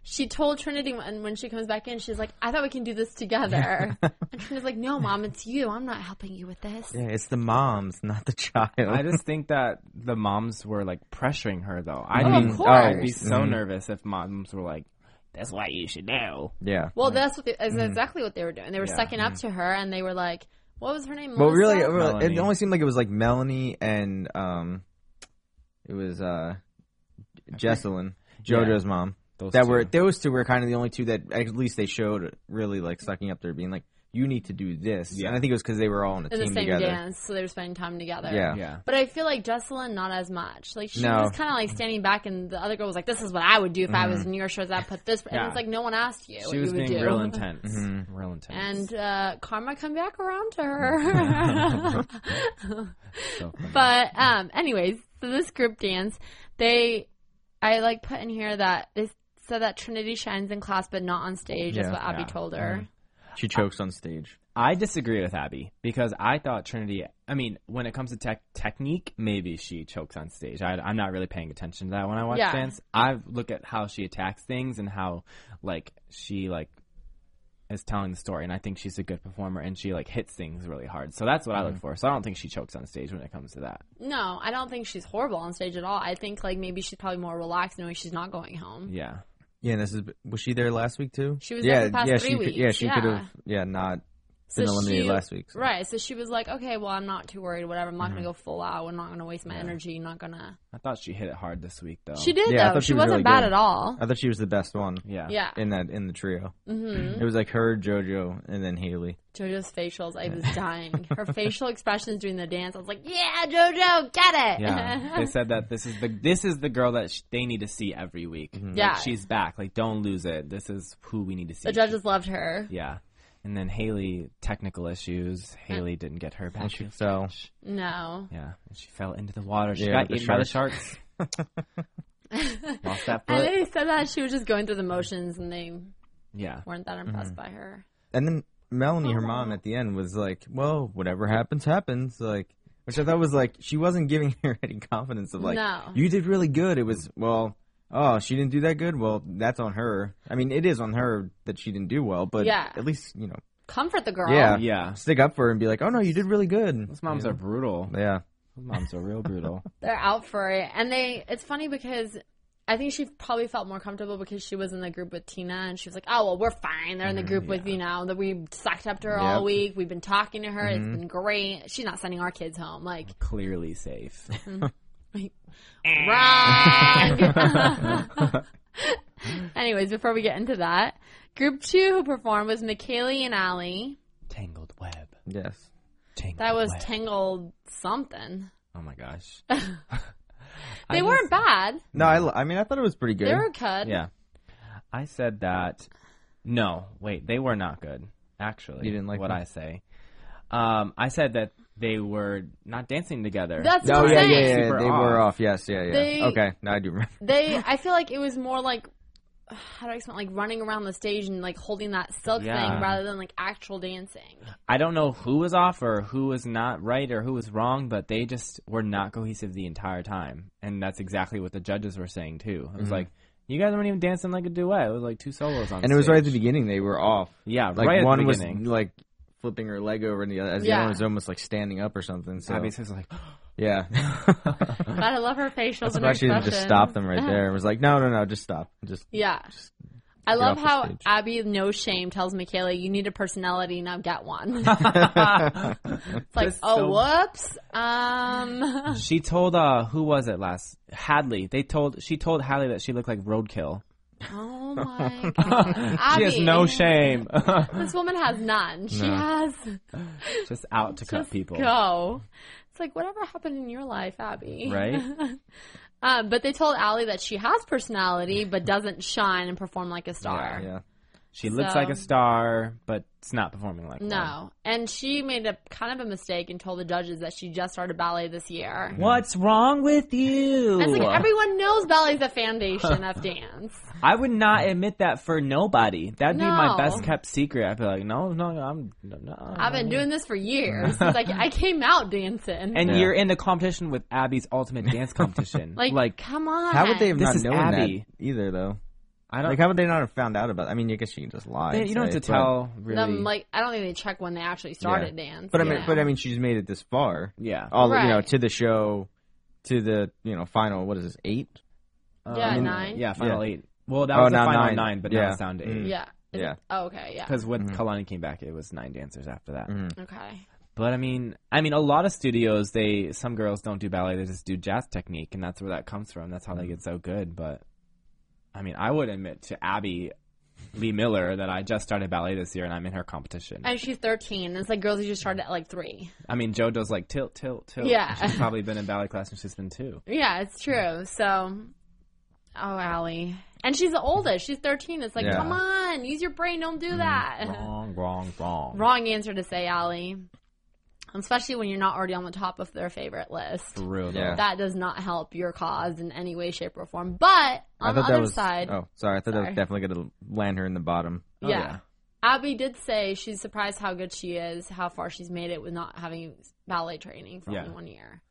Speaker 3: she told Trinity when, when she comes back in, she's like, I thought we can do this
Speaker 2: <laughs>
Speaker 3: together. and Trinity's like, No, mom, it's you. I'm not helping you with this.
Speaker 2: Yeah, it's the moms, not the child.
Speaker 4: I <laughs> just think that the moms were like pressuring her though. I
Speaker 3: Oh, of
Speaker 4: think
Speaker 3: course.
Speaker 4: I'd be so
Speaker 2: Mhm.
Speaker 4: nervous if moms were like, "That's what you should do."
Speaker 2: yeah. Mm-hmm.
Speaker 3: Well, that's what they, that's exactly what they were doing. They were
Speaker 4: Yeah.
Speaker 3: sucking up to her and they were like, What was her name?
Speaker 2: Well, really,
Speaker 3: Melissa?
Speaker 2: it-
Speaker 4: Melanie.
Speaker 2: it only seemed like it was like Melanie and um, it was uh, Jessalyn, JoJo's mom.
Speaker 4: Those
Speaker 2: that
Speaker 4: two.
Speaker 2: were those two were kind of the only two that at least they showed really like sucking up there, being like, "You need to do this."
Speaker 4: Yeah.
Speaker 2: And I think it was because they were all in a
Speaker 3: in the
Speaker 2: team
Speaker 3: same
Speaker 2: together.
Speaker 3: dance, so they were spending time together.
Speaker 2: Yeah.
Speaker 4: yeah.
Speaker 3: But I feel like Jessalyn not as much. Like she
Speaker 2: No.
Speaker 3: was kind of like standing back, and the other girl was like, "This is what I would do if I
Speaker 2: Mm-hmm.
Speaker 3: was in your shoes. I put this." And
Speaker 4: Yeah. Mm-hmm.
Speaker 3: it's like no one asked you. what
Speaker 4: She was
Speaker 3: you would
Speaker 4: being
Speaker 3: do. <laughs>
Speaker 4: real intense. Real intense.
Speaker 3: and uh, karma come back around to
Speaker 2: <laughs>
Speaker 3: her.
Speaker 4: So funny.
Speaker 3: but um, anyways, so this group dance, they, I like put in here that they said that Trinity shines in class but not on stage.
Speaker 2: Yeah.
Speaker 3: That's what Abby
Speaker 4: Yeah.
Speaker 3: told her.
Speaker 2: She chokes on stage.
Speaker 4: I disagree with Abby because I thought Trinity. I mean, when it comes to tech technique, maybe she chokes on stage. I, I'm not really paying attention to that when I watch
Speaker 3: Yeah.
Speaker 4: dance. I look at how she attacks things and how like she like is telling the story, and I think she's a good performer and she like hits things really hard. So that's what I look for. So I don't think she chokes on stage when it comes to that.
Speaker 2: Mm-hmm.
Speaker 3: No, I don't think she's horrible on stage at all. I think like maybe she's probably more relaxed knowing she's not going home.
Speaker 4: Yeah,
Speaker 2: Yeah, and this is was she there last week too?
Speaker 3: She was
Speaker 2: yeah,
Speaker 3: there the past
Speaker 2: yeah,
Speaker 3: three
Speaker 2: she
Speaker 3: weeks,
Speaker 2: Could, yeah, she
Speaker 3: yeah.
Speaker 2: could have yeah not been eliminated last week. so. Mm-hmm.
Speaker 3: Right, so she was like, "Okay, well, I'm not too worried. Whatever, I'm not gonna go full out. I'm not gonna waste my energy. Not gonna."
Speaker 4: I thought she hit it hard this week though.
Speaker 3: She did
Speaker 2: Yeah, I
Speaker 3: though.
Speaker 2: thought
Speaker 3: She,
Speaker 2: she was
Speaker 3: wasn't
Speaker 2: really
Speaker 3: bad at
Speaker 2: good. Uh,
Speaker 3: all.
Speaker 2: I thought she was the best one
Speaker 4: Yeah.
Speaker 3: Yeah,
Speaker 2: in that in the trio.
Speaker 3: hmm
Speaker 2: It was like her, JoJo, and then Haley.
Speaker 3: JoJo's facials, I
Speaker 2: <laughs>
Speaker 3: was dying. Her facial expressions during the dance, I was like, "Yeah, JoJo, get it."
Speaker 4: Yeah, they said that this is the this is the girl that sh- they need to see every week. Like,
Speaker 3: Yeah.
Speaker 4: she's back. Like, don't lose it. This is who we need to see.
Speaker 3: <laughs> the judges loved her.
Speaker 4: Yeah, and then Haley technical issues. Haley didn't get her
Speaker 2: And
Speaker 4: back.
Speaker 2: she fell.
Speaker 3: No,
Speaker 4: Yeah, and she fell into the water. She
Speaker 2: Yeah,
Speaker 4: got
Speaker 2: the
Speaker 4: eaten by the sharks. <laughs> Lost that
Speaker 3: and
Speaker 4: foot.
Speaker 3: they said that she was just going through the motions, and they
Speaker 4: Yeah,
Speaker 3: weren't that impressed
Speaker 2: Mm-hmm.
Speaker 3: by her.
Speaker 2: And then Melanie, her
Speaker 3: Uh-huh.
Speaker 2: mom, at the end was like, "Well, whatever happens, happens." Like, which I thought was like she wasn't giving <laughs> her any confidence of like,
Speaker 3: No.
Speaker 2: "You did really good." It was well, oh, she didn't do that good. Well, that's on her. I mean, it is on her that she didn't do well, but
Speaker 3: Yeah.
Speaker 2: at least you know,
Speaker 3: Comfort the girl.
Speaker 2: yeah,
Speaker 4: yeah.
Speaker 2: stick up for her and be like, "Oh no, you did really good."
Speaker 4: Those moms are brutal.
Speaker 2: Yeah,
Speaker 4: Those moms are real brutal.
Speaker 3: they're out for it, and they. It's funny because I think she probably felt more comfortable because she was in the group with Tina, and she was like, "Oh well, we're fine. They're in the group with you know that we sucked up to her all
Speaker 2: Mm-hmm. Yep. Mm-hmm.
Speaker 3: week. We've been talking to her. It's been great. She's not sending our kids home. Like,
Speaker 4: Clearly safe.
Speaker 3: Wrong. <laughs> Anyways, before we get into that, group two who performed was McKaylee and Allie.
Speaker 4: Tangled web.
Speaker 2: Yes.
Speaker 4: Tangled
Speaker 3: That was
Speaker 4: web.
Speaker 3: Tangled something.
Speaker 4: oh my gosh. <laughs>
Speaker 3: They
Speaker 4: I
Speaker 3: weren't bad.
Speaker 2: No, I, l- I mean I thought it was pretty good.
Speaker 3: They were good.
Speaker 4: Yeah. I said that. No, wait, they were not good. Actually,
Speaker 2: You didn't like
Speaker 4: what
Speaker 2: them?
Speaker 4: I say. Um, I said that they were not dancing together.
Speaker 3: That's
Speaker 2: no,
Speaker 3: what I'm
Speaker 2: Oh, yeah, yeah,
Speaker 3: saying.
Speaker 2: yeah,
Speaker 4: Super
Speaker 2: They were
Speaker 4: off.
Speaker 2: off. Yes, yeah, yeah.
Speaker 3: They-
Speaker 2: okay, now I do remember.
Speaker 3: They, I feel like it was more like, how do I explain? Like running around the stage and like holding that silk
Speaker 4: Yeah.
Speaker 3: thing rather than like actual dancing.
Speaker 2: <laughs>
Speaker 4: I don't know who was off or who was not right or who was wrong, but they just were not cohesive the entire time, and that's exactly what the judges were saying too. It was like. You guys weren't even dancing like a duet. It was like two solos on
Speaker 2: Mm-hmm. And it was right at the
Speaker 4: stage.
Speaker 2: beginning. They were off.
Speaker 4: Yeah,
Speaker 2: Like
Speaker 4: right
Speaker 2: one
Speaker 4: at the
Speaker 2: was
Speaker 4: beginning.
Speaker 2: like flipping her leg over, and the other, as the
Speaker 3: Yeah.
Speaker 2: other was almost like standing up or something. So
Speaker 4: Obviously,
Speaker 2: <laughs>
Speaker 4: it's like <laughs>
Speaker 3: <laughs>
Speaker 2: yeah,
Speaker 3: But I love her facials and her
Speaker 2: Actually, just
Speaker 3: expression.
Speaker 2: stopped them right there. It was like, no, no, no, just stop. Just
Speaker 3: Yeah. I love
Speaker 2: off the
Speaker 3: how
Speaker 2: stage.
Speaker 3: Abby, no shame, tells Michaela, you need a personality, now get
Speaker 2: <laughs>
Speaker 3: one. it's like,
Speaker 4: That's
Speaker 3: oh,
Speaker 4: so-
Speaker 3: whoops. Um, <laughs>
Speaker 4: She told uh who was it last? Hadley. They told she told Hadley that she looked like roadkill. <laughs>
Speaker 3: oh my God.
Speaker 4: she
Speaker 3: <laughs> Abby,
Speaker 4: has no
Speaker 3: <laughs>
Speaker 4: shame. <laughs>
Speaker 3: This woman has none. She has
Speaker 4: Just out to cut people.
Speaker 3: go. It's like, whatever happened in your life, Abby? <laughs>
Speaker 4: Right?
Speaker 3: Um, but they told Allie that she has personality, but doesn't shine and perform like a star.
Speaker 2: yeah.
Speaker 4: She looks
Speaker 3: So-
Speaker 4: like a star, but it's not performing like one.
Speaker 3: No. And she made a kind of a mistake and told the judges that she just started ballet this year.
Speaker 4: What's wrong with you?
Speaker 3: And it's like everyone knows ballet's a foundation
Speaker 4: <laughs>
Speaker 3: of dance.
Speaker 4: I would not admit that for nobody. That'd be my
Speaker 3: No.
Speaker 4: best kept secret. I'd be like, no, no, I'm no. no
Speaker 3: I've been doing this
Speaker 4: <laughs>
Speaker 3: for years. It's like I came out dancing.
Speaker 4: And
Speaker 2: Yeah.
Speaker 4: you're in a competition with Abby's ultimate
Speaker 2: <laughs>
Speaker 4: dance competition.
Speaker 3: like,
Speaker 4: like
Speaker 3: come on.
Speaker 2: How would they have
Speaker 4: This
Speaker 2: not
Speaker 4: is
Speaker 2: known
Speaker 4: Abby.
Speaker 2: that either, though?
Speaker 4: I don't.
Speaker 2: Like, how would they not have found out about? I mean, I guess you can just lie.
Speaker 4: you
Speaker 2: and
Speaker 4: don't have
Speaker 2: say,
Speaker 4: to
Speaker 2: but-
Speaker 4: tell really.
Speaker 3: them, like I don't think they check when they actually
Speaker 2: yeah.
Speaker 3: started dance.
Speaker 2: But I
Speaker 3: you
Speaker 2: mean,
Speaker 3: know?
Speaker 2: but I mean, she's made it this far.
Speaker 4: yeah.
Speaker 2: All you know,
Speaker 3: Right.
Speaker 2: to the show, to the you know final. What is this? Eight?
Speaker 3: Yeah,
Speaker 4: I mean,
Speaker 3: nine.
Speaker 4: Um, Yeah, final
Speaker 2: Yeah.
Speaker 4: eight. Well, that
Speaker 2: Oh,
Speaker 4: was the
Speaker 2: now
Speaker 4: final nine,
Speaker 2: nine.
Speaker 4: but now
Speaker 2: Yeah. Mm-hmm.
Speaker 4: it's down to
Speaker 2: Mm.
Speaker 4: eight.
Speaker 3: yeah, Is it-
Speaker 2: Yeah.
Speaker 3: Oh, okay, yeah,
Speaker 4: Because when Kalani came back, it was nine dancers after that.
Speaker 3: okay,
Speaker 4: But I mean, I mean, a lot of studios, they some girls don't do ballet; they just do jazz technique, and that's where that comes from. That's how they get so good. But I mean, I would admit to Abby Lee Miller that I just started ballet this year, and I'm in her competition. I,
Speaker 3: and she's thirteen. And it's like girls who just started at like three.
Speaker 4: mean, JoJo's like tilt, tilt, tilt.
Speaker 3: Yeah.
Speaker 4: she's probably been in ballet class since she's been two.
Speaker 3: Yeah, it's true. So, oh, Allie, and she's the oldest. She's thirteen. It's like,
Speaker 2: Yeah. Mm-hmm.
Speaker 3: come on, use your brain. Don't do that.
Speaker 4: Wrong, wrong, wrong.
Speaker 3: Wrong answer to say, Allie. Especially when you're not already on the top of their favorite list.
Speaker 4: For real, though.
Speaker 2: Yeah.
Speaker 3: That does not help your cause in any way, shape, or form. But
Speaker 2: I
Speaker 3: on the
Speaker 2: thought that
Speaker 3: other
Speaker 2: was.
Speaker 3: side,
Speaker 2: Oh, sorry. I thought that
Speaker 3: Sorry.
Speaker 2: was definitely going to land her in the bottom.
Speaker 4: Oh,
Speaker 3: yeah.
Speaker 4: yeah.
Speaker 3: Abby did say she's surprised how good she is, how far she's made it with not having ballet training for
Speaker 4: Yeah.
Speaker 3: only one year.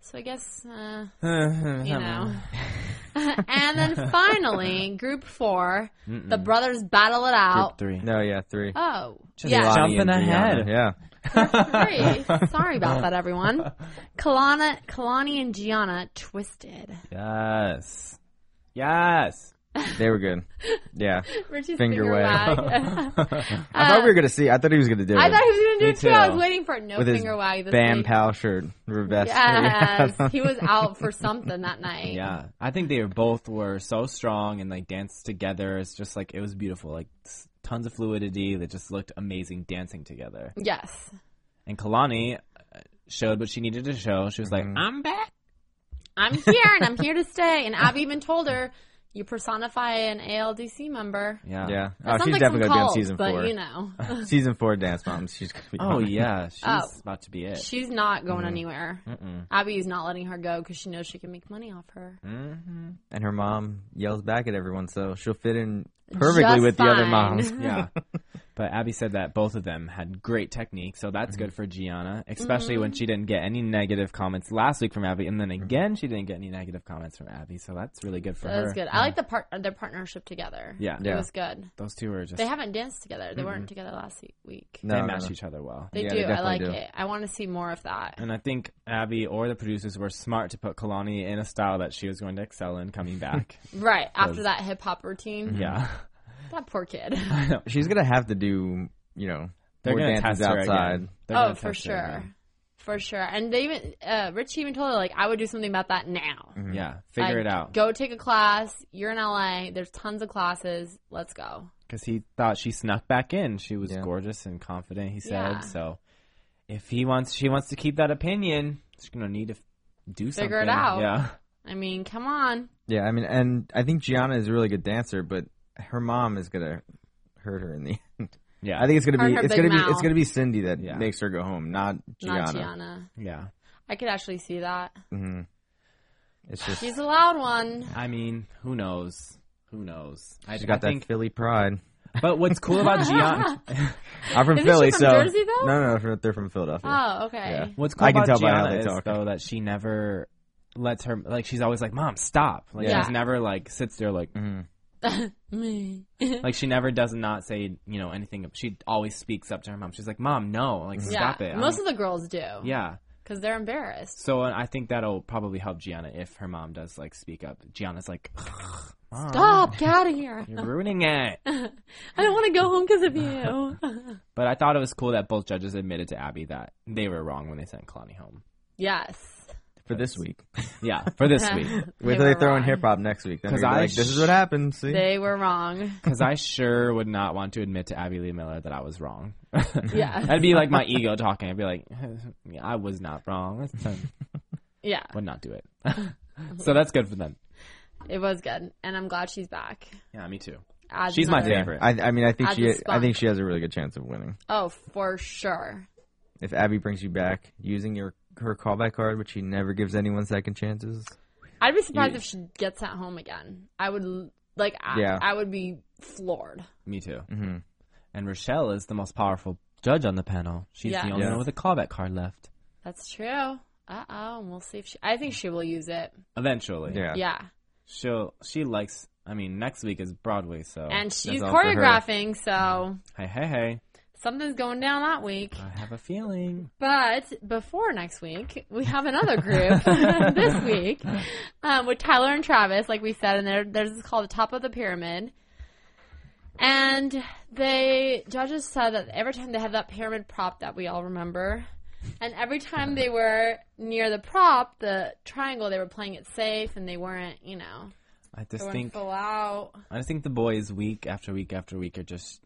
Speaker 3: So I guess, uh,
Speaker 4: you
Speaker 3: you know. <laughs> and then finally, group 4 the brothers battle it
Speaker 4: Group
Speaker 3: out.
Speaker 4: three.
Speaker 2: No, yeah, three.
Speaker 3: Oh,
Speaker 4: Just
Speaker 3: yeah.
Speaker 4: Lonnie
Speaker 2: Lonnie and
Speaker 4: Jumping
Speaker 2: Gianna,
Speaker 4: ahead.
Speaker 2: Yeah.
Speaker 3: Sorry. Sorry about that, everyone. Kalana, Kalani and Gianna twisted.
Speaker 4: Yes. Yes.
Speaker 2: They were good. Yeah.
Speaker 3: Richie's
Speaker 2: Finger
Speaker 3: finger,
Speaker 2: wag.
Speaker 3: wag.
Speaker 2: I thought we were gonna see. I thought he was gonna do
Speaker 3: <laughs>
Speaker 2: it.
Speaker 3: Uh, I thought he was going to do
Speaker 4: Me
Speaker 3: it too. I
Speaker 4: too.
Speaker 3: was waiting for it. No
Speaker 2: with his
Speaker 3: finger wag this
Speaker 2: Bam
Speaker 3: week.
Speaker 2: Pal shirt, or vest.
Speaker 3: Yes. he was out for something that night.
Speaker 4: Yeah, I think they were both were so strong and like danced together. It's just like it was beautiful, like s- tons of fluidity. They just looked amazing dancing together.
Speaker 3: Yes.
Speaker 4: And Kalani uh, showed what she needed to show. She was like,
Speaker 3: Mm-hmm.
Speaker 4: "I'm back."
Speaker 3: I'm here and I'm here to stay. And Abby even told her, you personify an ALDC member.
Speaker 4: Yeah.
Speaker 2: Yeah.
Speaker 3: That
Speaker 2: oh,
Speaker 3: sounds
Speaker 2: she's
Speaker 3: like
Speaker 2: definitely
Speaker 3: some
Speaker 2: gonna be on
Speaker 3: calls,
Speaker 2: season
Speaker 3: but
Speaker 2: four.
Speaker 3: you know, <laughs>
Speaker 2: <laughs> Season four dance moms. She's gonna be.
Speaker 4: Oh
Speaker 2: on it.
Speaker 4: yeah, she's
Speaker 3: Oh.
Speaker 4: about to be it.
Speaker 3: she's not going
Speaker 2: Mm-hmm.
Speaker 3: anywhere. Abby's not letting her go because she knows she can make money off her.
Speaker 2: And her mom yells back at everyone, so she'll fit in perfectly
Speaker 3: Just <laughs>
Speaker 2: with the other
Speaker 3: fine.
Speaker 2: moms.
Speaker 4: yeah. But Abby said that both of them had great technique, so that's
Speaker 2: Mm-hmm.
Speaker 4: good for Gianna, especially when
Speaker 3: Mm-hmm.
Speaker 4: she didn't get any negative comments last week from Abby, and
Speaker 2: Mm-hmm.
Speaker 4: then again she didn't get any negative comments from Abby, so that's really good for
Speaker 3: That
Speaker 4: her.
Speaker 3: was good. I like the part their partnership together.
Speaker 4: Yeah.
Speaker 3: it
Speaker 2: Mm-hmm. Yeah.
Speaker 3: was good.
Speaker 4: Those two are just
Speaker 3: They haven't danced together. They weren't together last e- week.
Speaker 2: No,
Speaker 4: they
Speaker 2: no,
Speaker 4: match
Speaker 2: no.
Speaker 4: each other well.
Speaker 3: They
Speaker 2: Yeah,
Speaker 3: do.
Speaker 2: they
Speaker 3: I
Speaker 2: definitely
Speaker 3: like
Speaker 2: do.
Speaker 3: it. I want to see more of that.
Speaker 4: And I think Abby or the producers were smart to put Kalani in a style that she was going to excel in coming
Speaker 2: <laughs>
Speaker 4: back.
Speaker 2: Mm-hmm.
Speaker 3: Right after that hip hop routine.
Speaker 4: yeah.
Speaker 3: That poor
Speaker 2: <laughs>
Speaker 3: kid.
Speaker 2: She's gonna have to do, you know,
Speaker 4: They're
Speaker 2: more
Speaker 4: going to
Speaker 2: dances
Speaker 4: test her
Speaker 2: outside.
Speaker 4: again. They're
Speaker 3: oh,
Speaker 4: gonna
Speaker 3: for
Speaker 4: test her
Speaker 3: sure.
Speaker 4: again.
Speaker 3: For sure. And they even, uh, Rich even told her, like, I would do something about that now.
Speaker 2: Hmm.
Speaker 4: Yeah. Mm-hmm. Figure
Speaker 3: Like,
Speaker 4: it out.
Speaker 3: Go take a class. You're in LA. There's tons of classes. Let's go.
Speaker 4: because he thought she snuck back in. She was
Speaker 2: Yeah.
Speaker 4: gorgeous and confident. He said
Speaker 3: Yeah.
Speaker 4: so. If he wants, she wants to keep that opinion. She's gonna need to f- do something.
Speaker 3: Figure it out.
Speaker 2: <laughs>
Speaker 4: Yeah,
Speaker 3: I mean, come on.
Speaker 2: Yeah, I mean, and I think Gianna is a really good dancer, but her mom is gonna hurt her in the end.
Speaker 4: yeah.
Speaker 2: I think it's gonna
Speaker 3: Hurt
Speaker 2: be
Speaker 3: her
Speaker 2: it's
Speaker 3: big
Speaker 2: gonna
Speaker 3: mouth.
Speaker 2: be it's gonna be Cindy that
Speaker 4: Yeah.
Speaker 2: makes her go home, not Gianna.
Speaker 3: Not Gianna.
Speaker 4: yeah.
Speaker 3: I could actually
Speaker 4: <laughs>
Speaker 3: see that.
Speaker 2: hmm It's just
Speaker 3: She's a loud one.
Speaker 4: I mean, who knows? Who knows? I,
Speaker 2: she
Speaker 4: I
Speaker 2: got that <laughs>
Speaker 4: think.
Speaker 2: Philly pride.
Speaker 4: But what's cool about
Speaker 3: <laughs>
Speaker 4: Gianna?
Speaker 2: I'm from
Speaker 3: Isn't she
Speaker 2: Philly,
Speaker 3: from
Speaker 2: so
Speaker 3: Jersey, though?
Speaker 2: no, no, they're- they're from Philadelphia.
Speaker 3: Oh, okay.
Speaker 4: What's cool
Speaker 2: I can
Speaker 4: about
Speaker 2: tell by how
Speaker 4: Gianna
Speaker 2: they
Speaker 4: is
Speaker 2: talk.
Speaker 4: though that she never lets her like she's always like, "Mom, stop!" Like
Speaker 3: Yeah.
Speaker 4: she's never like sits there like
Speaker 3: <laughs> Me.
Speaker 2: Mm-hmm.
Speaker 4: like she never does not say you know anything. She always speaks up to her mom. She's like, "Mom, no, like
Speaker 2: Mm-hmm.
Speaker 4: stop it." I'm-
Speaker 3: Most of the girls do.
Speaker 4: yeah.
Speaker 3: Because they're embarrassed.
Speaker 4: So and I think that'll probably help Gianna if her mom does like speak up. Gianna's like, "Mom,
Speaker 3: Stop. Get out
Speaker 4: <laughs>
Speaker 3: of here.
Speaker 4: you're ruining it."
Speaker 3: I don't want to go home because of you.
Speaker 4: <laughs>
Speaker 3: <laughs>
Speaker 4: But I thought it was cool that both judges admitted to Abby that they were wrong when they sent Kalani home.
Speaker 3: yes.
Speaker 2: For this week,
Speaker 4: Yeah, for this
Speaker 3: <laughs>
Speaker 4: week,
Speaker 2: wait till
Speaker 3: were
Speaker 2: they throw in
Speaker 3: wrong.
Speaker 2: hip hop next week. Then
Speaker 4: 'Cause
Speaker 2: they're gonna be
Speaker 4: I
Speaker 2: like, this
Speaker 4: sh-
Speaker 2: is what happened. See,
Speaker 3: They were wrong.
Speaker 4: because I sure would not want to admit to Abby Lee Miller that I was wrong.
Speaker 3: <laughs> Yeah.
Speaker 4: That'd be like my ego talking. I'd be like, "Yeah, "I was not wrong." That's fine.
Speaker 3: Yeah.
Speaker 4: would not do it. <laughs> so that's good for them.
Speaker 3: It was good. And I'm glad she's back.
Speaker 4: Yeah, me too.
Speaker 3: As
Speaker 4: She's my
Speaker 3: another-
Speaker 4: favorite.
Speaker 2: I, I mean, I think
Speaker 3: As
Speaker 2: she
Speaker 3: a
Speaker 2: I
Speaker 3: spunk.
Speaker 2: think she has a really good chance of winning.
Speaker 3: Oh, for sure.
Speaker 2: If Abby brings you back using your her callback card, which she never gives anyone second chances.
Speaker 3: I'd be surprised
Speaker 4: You-
Speaker 3: if she gets sent home again. I would l- like. I,
Speaker 2: Yeah.
Speaker 3: I would be floored.
Speaker 4: Me too.
Speaker 2: Mhm.
Speaker 4: And Rochelle is the most powerful judge on the panel. She's
Speaker 3: Yeah.
Speaker 4: the only
Speaker 2: Yeah.
Speaker 4: one with a callback card left.
Speaker 3: That's true. Uh oh. We'll see if she. I think she will use it.
Speaker 4: Eventually,
Speaker 2: Yeah.
Speaker 3: Yeah.
Speaker 4: she'll she likes. I mean, next week is Broadway, so
Speaker 3: and she's
Speaker 2: all for her.
Speaker 3: choreographing, so
Speaker 4: hey, hey, hey!
Speaker 3: something's going down that week.
Speaker 4: I have a feeling.
Speaker 3: But before next week, we have another group <laughs> this week um, with Tyler and Travis, like we said, and there, there's this called the Top of the Pyramid. And they judges said that every time they had that pyramid prop that we all remember, and every time they were near the prop, the triangle, they were playing it safe and they weren't, you know,
Speaker 4: I
Speaker 3: they
Speaker 4: just
Speaker 3: weren't
Speaker 4: think
Speaker 3: full out.
Speaker 4: I just think the boys week after week after week are just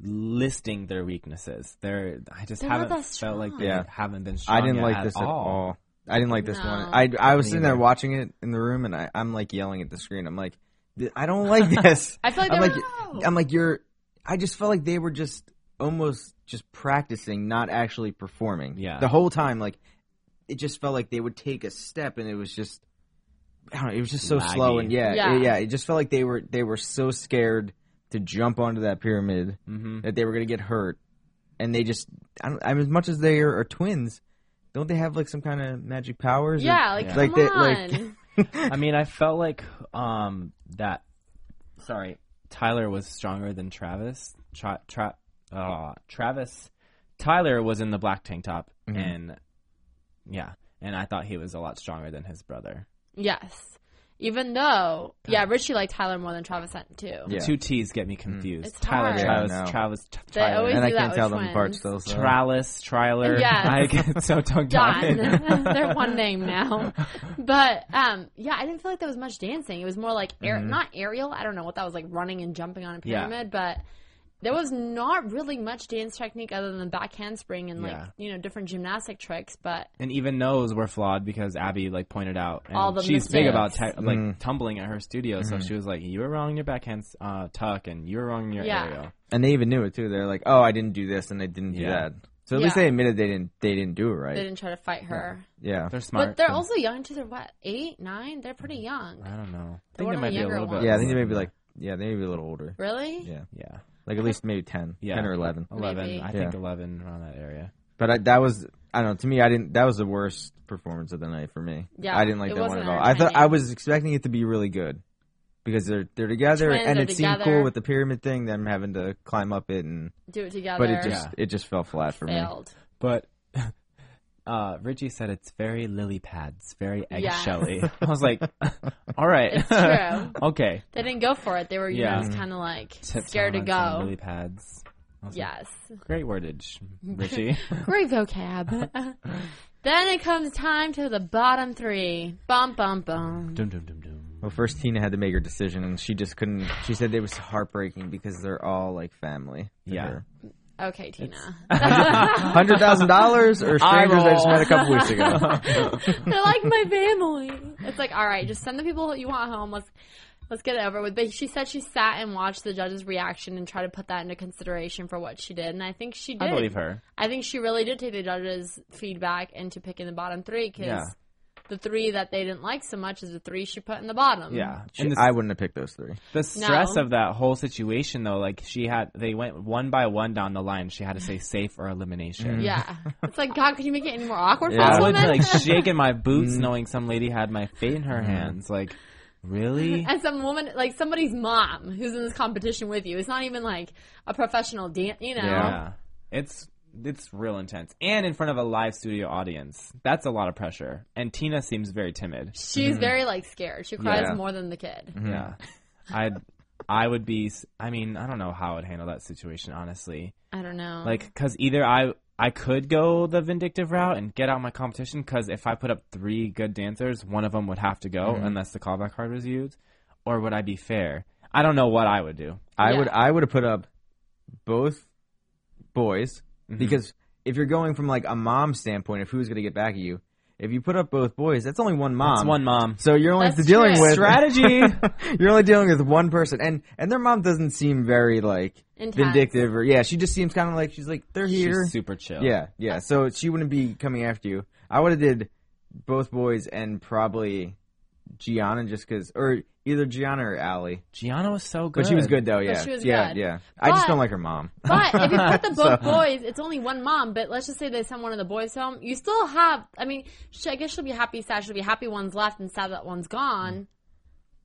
Speaker 4: listing their weaknesses. They're I just
Speaker 3: They're not
Speaker 4: haven't
Speaker 3: that
Speaker 4: felt
Speaker 3: strong.
Speaker 4: like they
Speaker 2: Yeah.
Speaker 4: haven't been. Strong
Speaker 2: I didn't
Speaker 4: yet
Speaker 2: like this at all. I didn't like this one.
Speaker 3: No.
Speaker 2: I, I was sitting there watching it in the room, and I, I'm like yelling at the screen. I'm like, "Th- I don't like <laughs> this.
Speaker 3: I feel like
Speaker 2: I'm
Speaker 3: they
Speaker 2: like,
Speaker 3: were-
Speaker 2: I'm like, you're. I just felt like they were just almost just practicing, not actually performing.
Speaker 4: Yeah.
Speaker 2: the whole time, like it just felt like they would take a step, and it was just, I don't know, it was just so
Speaker 4: Laggy.
Speaker 2: slow, and yeah,
Speaker 3: Yeah.
Speaker 2: yeah, yeah, it just felt like they were they were so scared to jump onto that pyramid
Speaker 4: Mm-hmm.
Speaker 2: that they were going to get hurt, and they just, I, don't, I mean, as much as they are, are twins, don't they have like some kind of magic powers? or-
Speaker 3: Yeah, like,
Speaker 4: Yeah.
Speaker 3: come
Speaker 2: Like they-
Speaker 3: on.
Speaker 2: like-
Speaker 4: I mean, I felt like um that. Sorry, Tyler was stronger than Travis. Tra- tra- uh, Travis, Tyler was in the black tank top,
Speaker 2: Mm-hmm.
Speaker 4: and yeah, and I thought he was a lot stronger than his brother.
Speaker 3: yes. Even though, yeah, Richie liked Tyler more than Travis Hunt, too.
Speaker 2: Yeah. Mm.
Speaker 4: Two T's get me confused.
Speaker 3: It's
Speaker 4: Tyler,
Speaker 3: hard. Yeah,
Speaker 4: Travis,
Speaker 2: I know.
Speaker 4: Travis, t-
Speaker 3: They
Speaker 4: Tyler,
Speaker 3: always
Speaker 2: and I
Speaker 3: do that
Speaker 2: can't
Speaker 3: with
Speaker 2: tell them apart
Speaker 3: twins.
Speaker 2: still. So.
Speaker 4: Tralis, Triler.
Speaker 3: Yes.
Speaker 4: <laughs> I get so tongue
Speaker 3: Done.
Speaker 4: tied.
Speaker 3: <laughs>
Speaker 4: <laughs>
Speaker 3: They're one name
Speaker 2: <laughs>
Speaker 3: now. But um, yeah, I didn't feel like there was much dancing. It was more like air,
Speaker 2: Mm-hmm.
Speaker 3: not aerial. I don't know what that was like, running and jumping on a
Speaker 4: Yeah.
Speaker 3: pyramid. But there was not really much dance technique other than the back handspring and like
Speaker 4: Yeah.
Speaker 3: you know different gymnastic tricks. But
Speaker 4: and even those were flawed because Abby like pointed out and
Speaker 3: All the
Speaker 4: she's big
Speaker 3: mistakes.
Speaker 4: about te- like tumbling at her studio, so she was like, "You were wrong in your backhand uh, tuck, and you were wrong in your
Speaker 3: Yeah.
Speaker 4: aerial."
Speaker 2: and they even knew it too. They're like, "Oh, I didn't do this, and I didn't do
Speaker 4: Yeah.
Speaker 2: that." So at least
Speaker 3: Yeah.
Speaker 2: they admitted they didn't they didn't do it right.
Speaker 3: they didn't try to fight her.
Speaker 2: Yeah, Mm-hmm.
Speaker 4: They're smart,
Speaker 3: But they're also young too. They're what eight, nine? They're pretty young.
Speaker 4: I don't know. I
Speaker 3: They're
Speaker 4: think
Speaker 3: one
Speaker 4: they
Speaker 3: of
Speaker 4: might
Speaker 3: the
Speaker 4: be a
Speaker 3: younger
Speaker 4: little bit.
Speaker 3: ones.
Speaker 2: yeah. I think they may be like, yeah, they may be a little older.
Speaker 3: Really?
Speaker 2: Yeah,
Speaker 4: yeah.
Speaker 2: Like at least maybe 10,
Speaker 4: Yeah.
Speaker 2: 10 or 11.
Speaker 4: Eleven,
Speaker 3: Maybe.
Speaker 4: I think
Speaker 2: Yeah.
Speaker 4: eleven around that area.
Speaker 2: But I, that was I don't know. To me, I didn't. That was the worst performance of the night for me.
Speaker 3: Yeah,
Speaker 2: I didn't like
Speaker 3: it
Speaker 2: that one at
Speaker 3: wasn't
Speaker 2: all. I thought I
Speaker 3: entertaining.
Speaker 2: was expecting it to be really good because they're they're together
Speaker 3: Twins
Speaker 2: and
Speaker 3: are
Speaker 2: it seemed
Speaker 3: together.
Speaker 2: cool with the pyramid thing. Them having to climb up it and
Speaker 3: Do it together.
Speaker 2: but it just
Speaker 4: Yeah.
Speaker 2: it just fell flat for me. <laughs>
Speaker 3: failed.
Speaker 4: But <laughs> uh, Richie said it's very lily pads, very
Speaker 3: Yes. <laughs>
Speaker 4: eggshelly. I was like, all right,
Speaker 3: It's true.
Speaker 4: <laughs> okay.
Speaker 3: They didn't go for it. They were, you
Speaker 4: Yeah.
Speaker 3: know, just kind of like
Speaker 4: Tiptoeing
Speaker 3: scared to
Speaker 4: on some
Speaker 3: go.
Speaker 4: Lily pads. I was like,
Speaker 3: Yes.
Speaker 4: <laughs> great wordage,
Speaker 3: <laughs>
Speaker 4: Richie.
Speaker 3: Great vocab. <laughs> then it comes time to the bottom three. Bum, bum, bum.
Speaker 4: dum dum dum dum.
Speaker 2: Well, first Tina had to make her decision, and she just couldn't. She said it was heartbreaking because they're all like family.
Speaker 4: Yeah.
Speaker 3: Okay, Tina.
Speaker 2: hundred thousand dollars or strangers I just met a couple
Speaker 3: <laughs>
Speaker 2: weeks ago.
Speaker 4: <laughs>
Speaker 3: They're like my family. It's like, all right, just send the people that you want home. Let's let's get it over with. But she said she sat and watched the judge's reaction and tried to put that into consideration for what she did, and I think she did.
Speaker 4: I believe her.
Speaker 3: I think she really did take the judge's feedback into picking the bottom three because
Speaker 4: Yeah.
Speaker 3: the three that they didn't like so much is the three she put in the bottom.
Speaker 4: Yeah,
Speaker 2: She-
Speaker 4: and the,
Speaker 2: I wouldn't have picked those three.
Speaker 4: the stress
Speaker 3: No.
Speaker 4: of that whole situation, though, like she had, they went one by one down the line. She had to say safe or elimination.
Speaker 3: Yeah. It's like, God, could you make it any more awkward
Speaker 2: Yeah.
Speaker 3: for
Speaker 4: I
Speaker 3: us
Speaker 4: would
Speaker 3: women?
Speaker 4: Mm.
Speaker 3: <laughs>
Speaker 4: like shaking my boots
Speaker 3: Mm-hmm.
Speaker 4: knowing some lady had my fate in her hands. Like, really?
Speaker 3: and some woman, like somebody's mom who's in this competition with you. It's not even like a professional dance, you know?
Speaker 2: Yeah.
Speaker 4: Yeah. It's it's real intense. And in front of a live studio audience. That's a lot of pressure. And Tina seems very timid.
Speaker 3: She's very like scared. She cries
Speaker 2: Yeah.
Speaker 3: more than the kid.
Speaker 4: Yeah. I I would be s- I mean, I don't know how I'd handle that situation honestly.
Speaker 3: I don't know.
Speaker 2: Uh-huh.
Speaker 4: Like cuz either I I could go the vindictive route and get out my competition cuz if I put up 3 good dancers, one of them would have to go
Speaker 2: Mm-hmm.
Speaker 4: unless the callback card was used or would I be fair? I don't know what I would do.
Speaker 2: I
Speaker 3: Yeah.
Speaker 2: would I would have put up both boys
Speaker 4: Mm-hmm.
Speaker 2: because if you're going from like a mom standpoint of who's going to get back at you, if you put up both boys, that's only one mom.
Speaker 4: It's one mom.
Speaker 2: So you're only
Speaker 3: That's
Speaker 2: dealing
Speaker 3: true.
Speaker 2: with
Speaker 4: Strategy.
Speaker 2: <laughs> you're only dealing with one person, and and their mom doesn't seem very like
Speaker 3: Intense.
Speaker 2: vindictive or yeah. She just seems kind of like she's like they're here.
Speaker 4: She's super
Speaker 3: Oh.
Speaker 4: chill.
Speaker 2: yeah, yeah. So she wouldn't be coming after you. I would have did both boys and probably Gianna just because, or either Gianna or Allie.
Speaker 4: Gianna was so good.
Speaker 2: But she was good though. Yeah,
Speaker 3: she was
Speaker 2: yeah,
Speaker 3: good.
Speaker 2: yeah. I just
Speaker 3: But-
Speaker 2: don't like her mom.
Speaker 3: <laughs>
Speaker 2: <laughs> Oh,
Speaker 3: But if you put the both boys, it's only one mom. But let's just say they send one of the boys home. You still have. I mean, she, I guess she'll be happy. Sad she'll be happy. One's left, and sad that one's gone.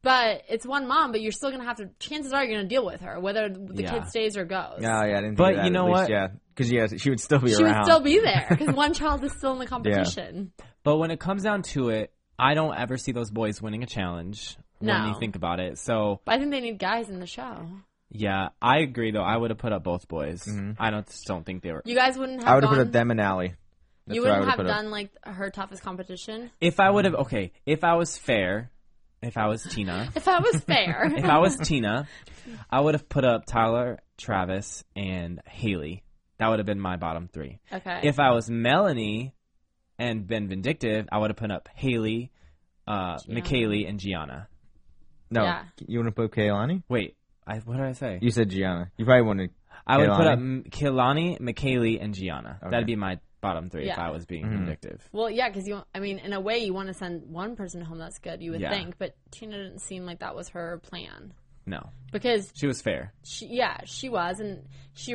Speaker 3: But it's one mom. But you're still gonna have to. Chances are you're gonna deal with her, whether the
Speaker 4: Yeah.
Speaker 3: kid stays or goes.
Speaker 2: No, yeah, I didn't.
Speaker 4: But
Speaker 2: think of that,
Speaker 4: you
Speaker 2: at
Speaker 4: know
Speaker 2: least,
Speaker 4: what?
Speaker 2: Yeah, because yeah, she would still be
Speaker 3: She
Speaker 2: around.
Speaker 3: would still be there
Speaker 2: <laughs>
Speaker 3: because one child is still in the competition.
Speaker 4: But when it comes down to it, I don't ever see those boys winning a challenge when
Speaker 3: No.
Speaker 4: you think about it. So
Speaker 3: But I think they need guys in the show.
Speaker 4: yeah, I agree though. I would have put up both boys.
Speaker 2: Mm-hmm.
Speaker 4: I don't just don't think they were.
Speaker 3: You guys wouldn't have.
Speaker 2: I would have
Speaker 3: gone,
Speaker 2: put up them and Allie. That's
Speaker 3: You
Speaker 2: what I
Speaker 3: wouldn't have
Speaker 2: would've put up.
Speaker 3: done like her toughest competition.
Speaker 4: If I would have okay, if I was fair, if I was Tina,
Speaker 3: If that was
Speaker 2: <laughs>
Speaker 3: fair.
Speaker 4: if I was Tina, I would have put up Tyler, Travis, and Haley. That would have been my bottom three.
Speaker 3: <laughs> okay.
Speaker 4: If I was Melanie and been vindictive, I would have put up Haley, uh,
Speaker 3: Gianna.
Speaker 4: McKaylee, and Gianna.
Speaker 2: No,
Speaker 3: Yeah.
Speaker 2: you want to put Kaylani?
Speaker 4: Wait, I, what did I say?
Speaker 2: You said Gianna. You probably wanted.
Speaker 4: I would put
Speaker 2: Kehlani?
Speaker 4: up M- Kehlani, McKaylee, and Gianna. That'd be my bottom three if
Speaker 3: Yeah.
Speaker 4: I was being
Speaker 2: Mm-hmm.
Speaker 4: vindictive.
Speaker 3: Well, yeah, because you. I mean, in a way, you want to send one person home. That's good, you would
Speaker 4: Yeah.
Speaker 3: think. But Tina didn't seem like that was her plan
Speaker 4: No,
Speaker 3: because
Speaker 4: she was fair.
Speaker 3: she, yeah, she was, and she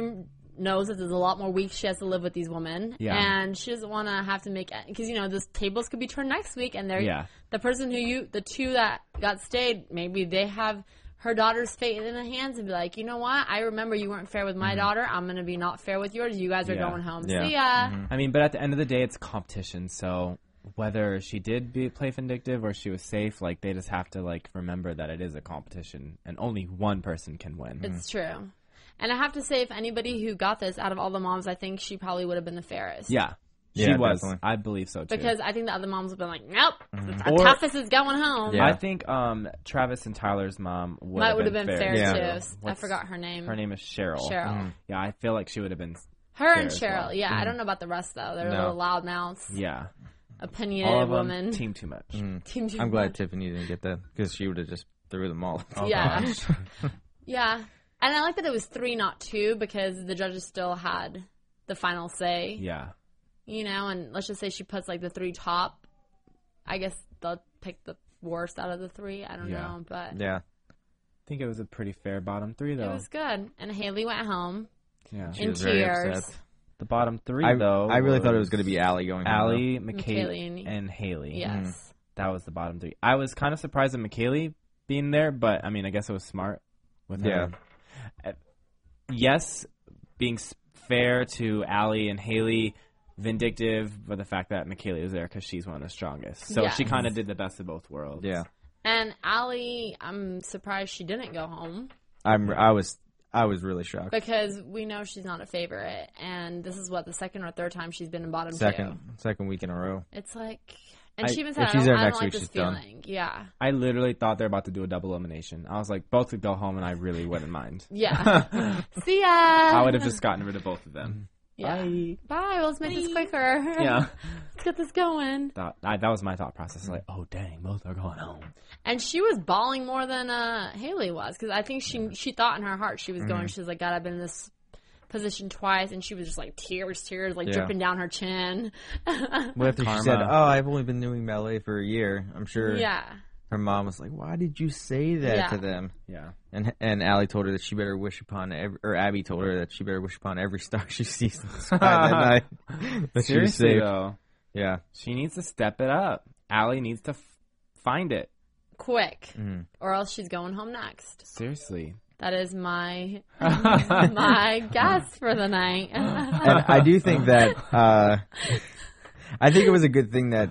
Speaker 3: knows that there's a lot more weeks she has to live with these women,
Speaker 4: Yeah.
Speaker 3: and she doesn't want to have to make because you know those tables could be turned next week, and they're
Speaker 4: Yeah.
Speaker 3: the person who you the two that got stayed maybe they have. Her daughter's fate in the hands, and be like, you know what? I remember you weren't fair with my daughter. I'm gonna be not fair with yours. You guys are
Speaker 4: Mm-hmm. Yeah. Mm-hmm.
Speaker 3: going home.
Speaker 2: Yeah.
Speaker 3: See ya.
Speaker 4: I mean, but at the end of the day, it's competition. So whether she did be, play vindictive or she was safe, like they just have to like remember that it is a competition and only one person can win.
Speaker 3: It's true. And I have to say, if anybody who got this out of all the moms, I think she probably would have been the fairest.
Speaker 4: yeah, she
Speaker 2: Yeah,
Speaker 4: was.
Speaker 2: definitely.
Speaker 4: I believe so too. Mm-hmm.
Speaker 3: Because I think the other moms would have been like, nope, the
Speaker 4: Or-
Speaker 3: toughest is going home.
Speaker 2: Yeah.
Speaker 4: I think um, Travis and Tyler's mom would
Speaker 3: That
Speaker 4: have
Speaker 3: would
Speaker 4: been,
Speaker 3: have been fair,
Speaker 4: fair.
Speaker 2: Yeah. Mm-hmm.
Speaker 3: too.
Speaker 4: too.
Speaker 3: I
Speaker 4: What's-
Speaker 3: forgot her name.
Speaker 4: Her name is Cheryl. Mm-hmm.
Speaker 3: Cheryl.
Speaker 4: Yeah, I feel like she would have been.
Speaker 3: Her and
Speaker 4: Fair as
Speaker 3: Cheryl.
Speaker 4: well.
Speaker 3: Yeah, I don't know about the rest, though. They're
Speaker 2: No.
Speaker 3: a little loud mouths,
Speaker 4: Yeah, all
Speaker 3: opinionated
Speaker 4: of
Speaker 3: woman.
Speaker 4: them team too much.
Speaker 3: <laughs> Team
Speaker 2: I'm glad Tiffany didn't get that because she would have just threw them all. <laughs>
Speaker 3: yeah. <laughs> <laughs> yeah. And I like that it was three, not two, because the judges still had the final say.
Speaker 4: Yeah.
Speaker 3: you know, and let's just say she puts like the three top. I guess they'll pick the worst out of the three. I don't
Speaker 4: Yeah.
Speaker 3: know, but
Speaker 2: yeah,
Speaker 4: think it was a pretty fair bottom three,
Speaker 3: It
Speaker 4: though.
Speaker 3: was good. And Haley went home
Speaker 4: yeah.
Speaker 3: in
Speaker 2: was very
Speaker 3: tears.
Speaker 2: upset.
Speaker 4: The bottom three,
Speaker 2: I,
Speaker 4: though.
Speaker 2: I really thought it was going to be Allie going. home,
Speaker 4: Allie,
Speaker 3: McKaylee.
Speaker 4: McKaylee, and Haley. Mm-hmm.
Speaker 3: Yes.
Speaker 4: That was the bottom three. I was kind of surprised at McKaylee being there, but I mean, I guess it was smart with
Speaker 2: Yeah.
Speaker 4: her. Uh, Yes, being s- fair to Allie and Haley, vindictive for the fact that McKaylee was there because she's one of the strongest. So she
Speaker 3: Yes.
Speaker 4: kind of did the best of both worlds.
Speaker 2: though. Yeah,
Speaker 3: And Allie, I'm surprised she didn't go home
Speaker 2: I'm. I was. I was really shocked.
Speaker 3: because we know she's not a favorite. And this is what the second or third time she's been in bottom
Speaker 2: Second,
Speaker 3: two.
Speaker 2: second week in a row.
Speaker 3: It's like, and
Speaker 4: I-
Speaker 3: she even
Speaker 2: if
Speaker 3: said, I
Speaker 2: she's
Speaker 3: don't,
Speaker 2: there
Speaker 3: I
Speaker 2: next
Speaker 3: don't like
Speaker 2: week,
Speaker 3: this
Speaker 2: she's done.
Speaker 3: feeling. Yeah.
Speaker 4: I literally thought they're about to do a double elimination. I was like, both could go home, and I really wouldn't mind.
Speaker 3: <laughs> Yeah.
Speaker 2: <laughs>
Speaker 3: See ya.
Speaker 4: I would have just gotten rid of both of them.
Speaker 3: <laughs> Yeah. Bye. Well, let's make this quicker. <laughs>
Speaker 4: Yeah.
Speaker 3: let's get this going.
Speaker 4: Thought, I, that was my thought process. Like, oh dang, both are going home.
Speaker 3: And she was bawling more than uh, Haley was because I think she she thought in her heart she was
Speaker 2: Mm-hmm.
Speaker 3: going. She was like, God, I've been in this position twice, and she was just like tears, tears, like
Speaker 2: Yeah.
Speaker 3: dripping down her chin. <laughs>
Speaker 4: With
Speaker 2: She said, "Oh, I've only been doing ballet for a year." I'm sure.
Speaker 3: yeah,
Speaker 2: Her mom was like, "Why did you say that
Speaker 3: Yeah.
Speaker 2: to them?"
Speaker 4: yeah,
Speaker 2: And and Allie told her that she better wish upon every, or Abby told her that she better wish upon every star <laughs> she sees in the sky <laughs> that night. That she was
Speaker 4: seriously
Speaker 2: saved.
Speaker 4: though,
Speaker 2: Yeah.
Speaker 4: she needs to step it up. Allie needs to f- find it.
Speaker 3: quick,
Speaker 2: Mhm.
Speaker 3: or else she's going home next.
Speaker 4: Seriously,
Speaker 3: That is
Speaker 2: <laughs>
Speaker 3: my my guess for the night.
Speaker 2: And I do think that uh, I think it was a good thing that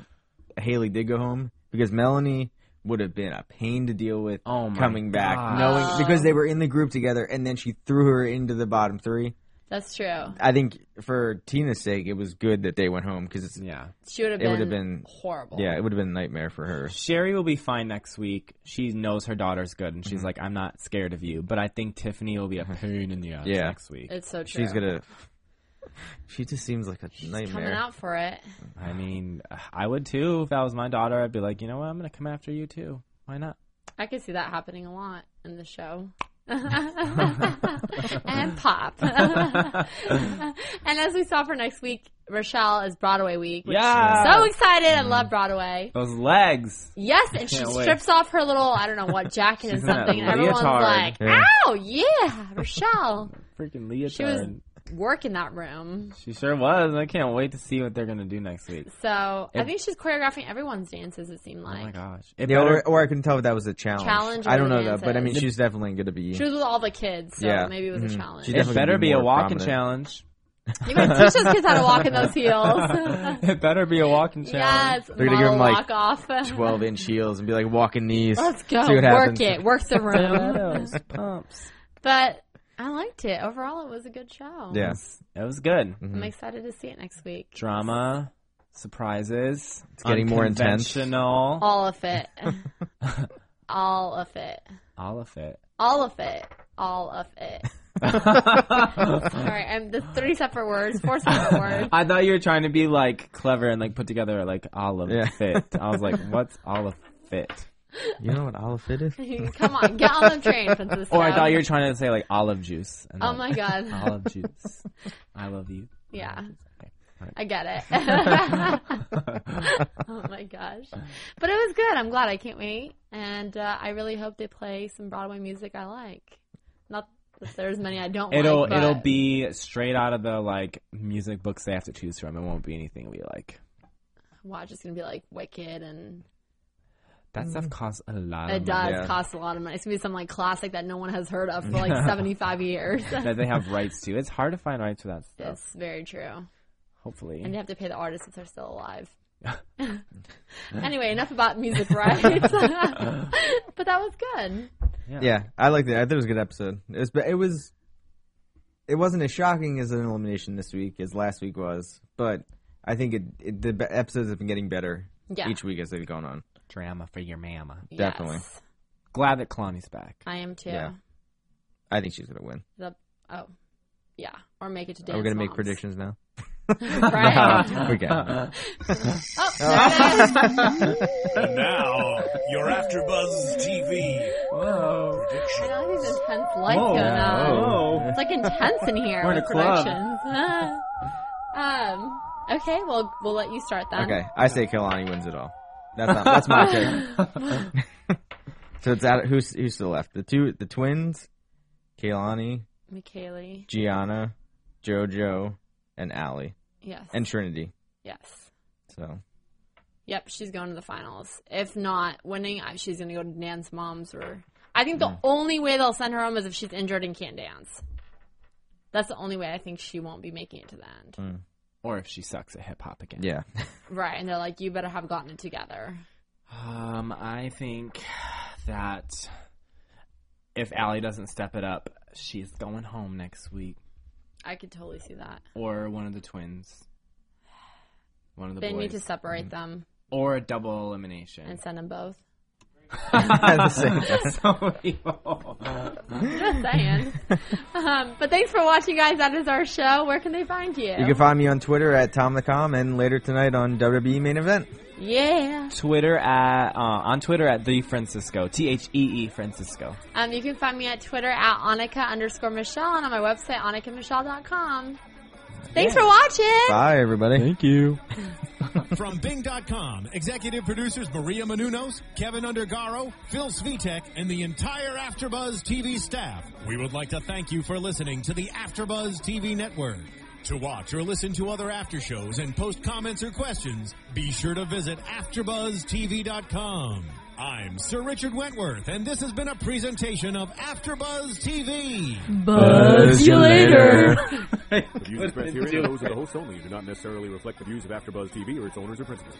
Speaker 2: Haley did go home because Melanie would have been a pain to deal with
Speaker 4: Oh my
Speaker 2: coming back,
Speaker 4: God.
Speaker 2: knowing because they were in the group together, and then she threw her into the bottom three.
Speaker 3: <laughs> That's true.
Speaker 2: I think for Tina's sake, it was good that they went home because it's
Speaker 4: yeah.
Speaker 3: She would have
Speaker 2: It would
Speaker 3: been,
Speaker 2: have been-
Speaker 3: horrible.
Speaker 2: yeah, it would have been a nightmare for her.
Speaker 4: Sherry will be fine next week. She knows her daughter's good, and she's
Speaker 2: Mm-hmm.
Speaker 4: like, "I'm not scared of you." But I think Tiffany will be a pain in the ass
Speaker 2: Yeah.
Speaker 4: next week.
Speaker 3: it's so true.
Speaker 2: She's gonna. She just seems like a
Speaker 3: coming
Speaker 2: nightmare.
Speaker 3: out for it.
Speaker 4: I mean, I would too. If that was my daughter, I'd be like, you know what? I'm gonna come after you too. Why not?
Speaker 3: I could see that happening a lot in the
Speaker 2: <laughs>
Speaker 3: show. <laughs> and pop. <laughs> and as we saw for next week, Rochelle is Broadway week. which-
Speaker 4: Yeah.
Speaker 3: So excited. I love Broadway.
Speaker 4: Those legs.
Speaker 3: Yes, and she
Speaker 4: Can't wait.
Speaker 3: strips off her little, I don't know what, jacket and
Speaker 4: She's in that
Speaker 3: something. And everyone's
Speaker 4: leotard.
Speaker 3: like,
Speaker 2: Yeah.
Speaker 3: ow, yeah, Rochelle.
Speaker 4: Freaking
Speaker 3: She was
Speaker 4: leotard.
Speaker 3: working that room.
Speaker 4: She, sure was. I can't wait to see what they're gonna do next week.
Speaker 3: So I
Speaker 4: And-
Speaker 3: think she's choreographing everyone's dances, it seemed like.
Speaker 4: oh my gosh. It
Speaker 2: Yeah,
Speaker 4: better-
Speaker 2: or, or I couldn't tell if that was a challenge.
Speaker 3: Challenge
Speaker 2: I don't
Speaker 3: or
Speaker 2: know
Speaker 3: the
Speaker 2: that, but I mean,
Speaker 3: dances.
Speaker 2: she's definitely going to be.
Speaker 3: She was with all the kids, so
Speaker 2: Yeah.
Speaker 3: maybe it was a
Speaker 2: Mhm.
Speaker 3: challenge.
Speaker 2: She
Speaker 4: it
Speaker 2: definitely
Speaker 4: better
Speaker 2: be
Speaker 4: be a
Speaker 2: more
Speaker 4: walking
Speaker 2: prominent.
Speaker 4: challenge.
Speaker 3: You better teach those kids how to walk in
Speaker 2: <laughs>
Speaker 3: those
Speaker 4: <laughs>
Speaker 3: heels.
Speaker 4: it better be a walking challenge.
Speaker 3: Yes,
Speaker 2: They're gonna give
Speaker 3: model
Speaker 2: him, like,
Speaker 3: walk off.
Speaker 2: Twelve inch heels and be like walking
Speaker 3: <laughs>
Speaker 2: knees.
Speaker 3: Let's go.
Speaker 2: See what
Speaker 3: Work
Speaker 2: happens.
Speaker 3: it. Work the
Speaker 2: <laughs>
Speaker 3: room.
Speaker 4: Stilettos, pumps.
Speaker 3: but I liked it. Overall, it was a good show.
Speaker 2: Yeah. Mm-hmm.
Speaker 4: It was good.
Speaker 3: I'm excited to see it next week.
Speaker 4: Drama, surprises. It's
Speaker 2: getting more intense.
Speaker 4: Unconventional.
Speaker 3: All of
Speaker 2: <laughs>
Speaker 3: it. All of it.
Speaker 4: All of it.
Speaker 3: All of it. All of
Speaker 2: <laughs>
Speaker 3: it. <laughs> All right, and the three separate words, four separate
Speaker 2: <laughs>
Speaker 3: words.
Speaker 4: I thought you were trying to be like clever and like put together like all of
Speaker 2: Yeah.
Speaker 4: it. I was like, what's all of it?
Speaker 3: <laughs>
Speaker 2: You know what Oliphant is?
Speaker 3: Come on, get on the train, Francisco.
Speaker 4: Or I thought you were trying to say like olive juice. And
Speaker 3: Oh
Speaker 4: like,
Speaker 3: my god.
Speaker 4: <laughs> olive juice. I love you.
Speaker 3: <laughs> Yeah.
Speaker 4: Okay.
Speaker 3: I
Speaker 4: <laughs>
Speaker 3: get it. <laughs> oh my gosh. But it was good. I'm glad. I can't wait. And uh, I really hope they play some Broadway music I like. Not that there's many I don't
Speaker 4: It'll
Speaker 3: like. but-
Speaker 4: it'll be straight out of the like music books they have to choose from. It won't be anything we like.
Speaker 3: Watch is going to be like Wicked and
Speaker 4: That stuff costs a lot.
Speaker 3: Mm. it
Speaker 4: of money
Speaker 3: does
Speaker 2: Yeah.
Speaker 3: cost a lot of money. It's going to be some like classic that no one has heard of
Speaker 4: <laughs>
Speaker 3: for like 75 years.
Speaker 4: that they have rights to. It's hard to find rights for that stuff.
Speaker 3: It's very true.
Speaker 4: Hopefully,
Speaker 3: And you have to pay the artists if they're still
Speaker 2: <laughs>
Speaker 3: alive. anyway, enough about music rights. <laughs>
Speaker 2: <laughs>
Speaker 3: but that was good.
Speaker 2: Yeah, I liked it. I thought it was a good episode. It was, but it was, it wasn't as shocking as an elimination this week as last week was. But I think it, it the be- episodes have been getting better
Speaker 3: Yeah.
Speaker 2: each week as they've gone on.
Speaker 4: drama for your mama.
Speaker 2: Definitely.
Speaker 3: Yes,
Speaker 4: Glad that Kalani's back.
Speaker 3: I am too.
Speaker 2: Yeah. I think she's gonna win.
Speaker 3: The, oh, yeah. Or make it to dance.
Speaker 2: Are we gonna make
Speaker 3: moms. Um,
Speaker 2: predictions now?
Speaker 3: <laughs> Right.
Speaker 2: <laughs> we can.
Speaker 3: oh, there
Speaker 2: <laughs>
Speaker 3: it is.
Speaker 5: And now, your After Buzz TV.
Speaker 4: Whoa.
Speaker 3: I know these intense lights going on. It's like intense in here.
Speaker 4: We're in
Speaker 3: with
Speaker 4: a club.
Speaker 3: predictions. <laughs> um. Okay. Well, we'll let you start then. <laughs>
Speaker 2: Okay, I say Kalani wins it all. That's not, that's my pick. So it's out. Who's who's still left? The two, the twins, Kaylani,
Speaker 3: McKaylee.
Speaker 2: Gianna, JoJo, and Allie,
Speaker 3: Yes.
Speaker 2: and Trinity.
Speaker 3: yes.
Speaker 2: So
Speaker 3: Yep, she's going to the finals. If not winning, I- she's going to go to Dan's mom's. Or I think the only way they'll send her home is if she's injured and can't dance. That's the only way I think she won't be making it to the end.
Speaker 4: Or if she sucks at hip hop again.
Speaker 2: yeah,
Speaker 3: Right, and they're like, you better have gotten it together.
Speaker 4: Um, I think that if Allie doesn't step it up, she's going home next week.
Speaker 3: I could totally see that.
Speaker 4: Or one of the twins. One of the
Speaker 3: They
Speaker 4: boys.
Speaker 3: need to separate them
Speaker 4: or a double elimination.
Speaker 3: and send them both. <laughs>
Speaker 2: At the same time.
Speaker 4: so evil.
Speaker 3: Just saying. um, but thanks for watching, guys. That is our show. Where can they find you?
Speaker 2: You can find me on Twitter at Tom the Com, and later tonight on WWE Main Event.
Speaker 3: yeah.
Speaker 4: Twitter at uh, on Twitter at the Francisco T H E E Francisco.
Speaker 3: Um, you can find me at Twitter at Annika underscore Michelle and on my website, AnnikaMichelle.com. Thanks for watching.
Speaker 2: Bye, everybody.
Speaker 4: Thank you.
Speaker 1: From Bing.com, executive producers Maria Manunos, Kevin Undergaro, Phil Svitek, and the entire Afterbuzz TV staff. We would like to thank you for listening to the Afterbuzz TV Network. To watch or listen to other after shows and post comments or questions, be sure to visit AfterbuzzTV.com. I'm Sir Richard Wentworth, and this has been a presentation of Afterbuzz TV.
Speaker 3: Buzz you later.
Speaker 6: The views expressed herein are those of the hosts only and do not necessarily reflect the views of AfterBuzz TV or its owners or principals.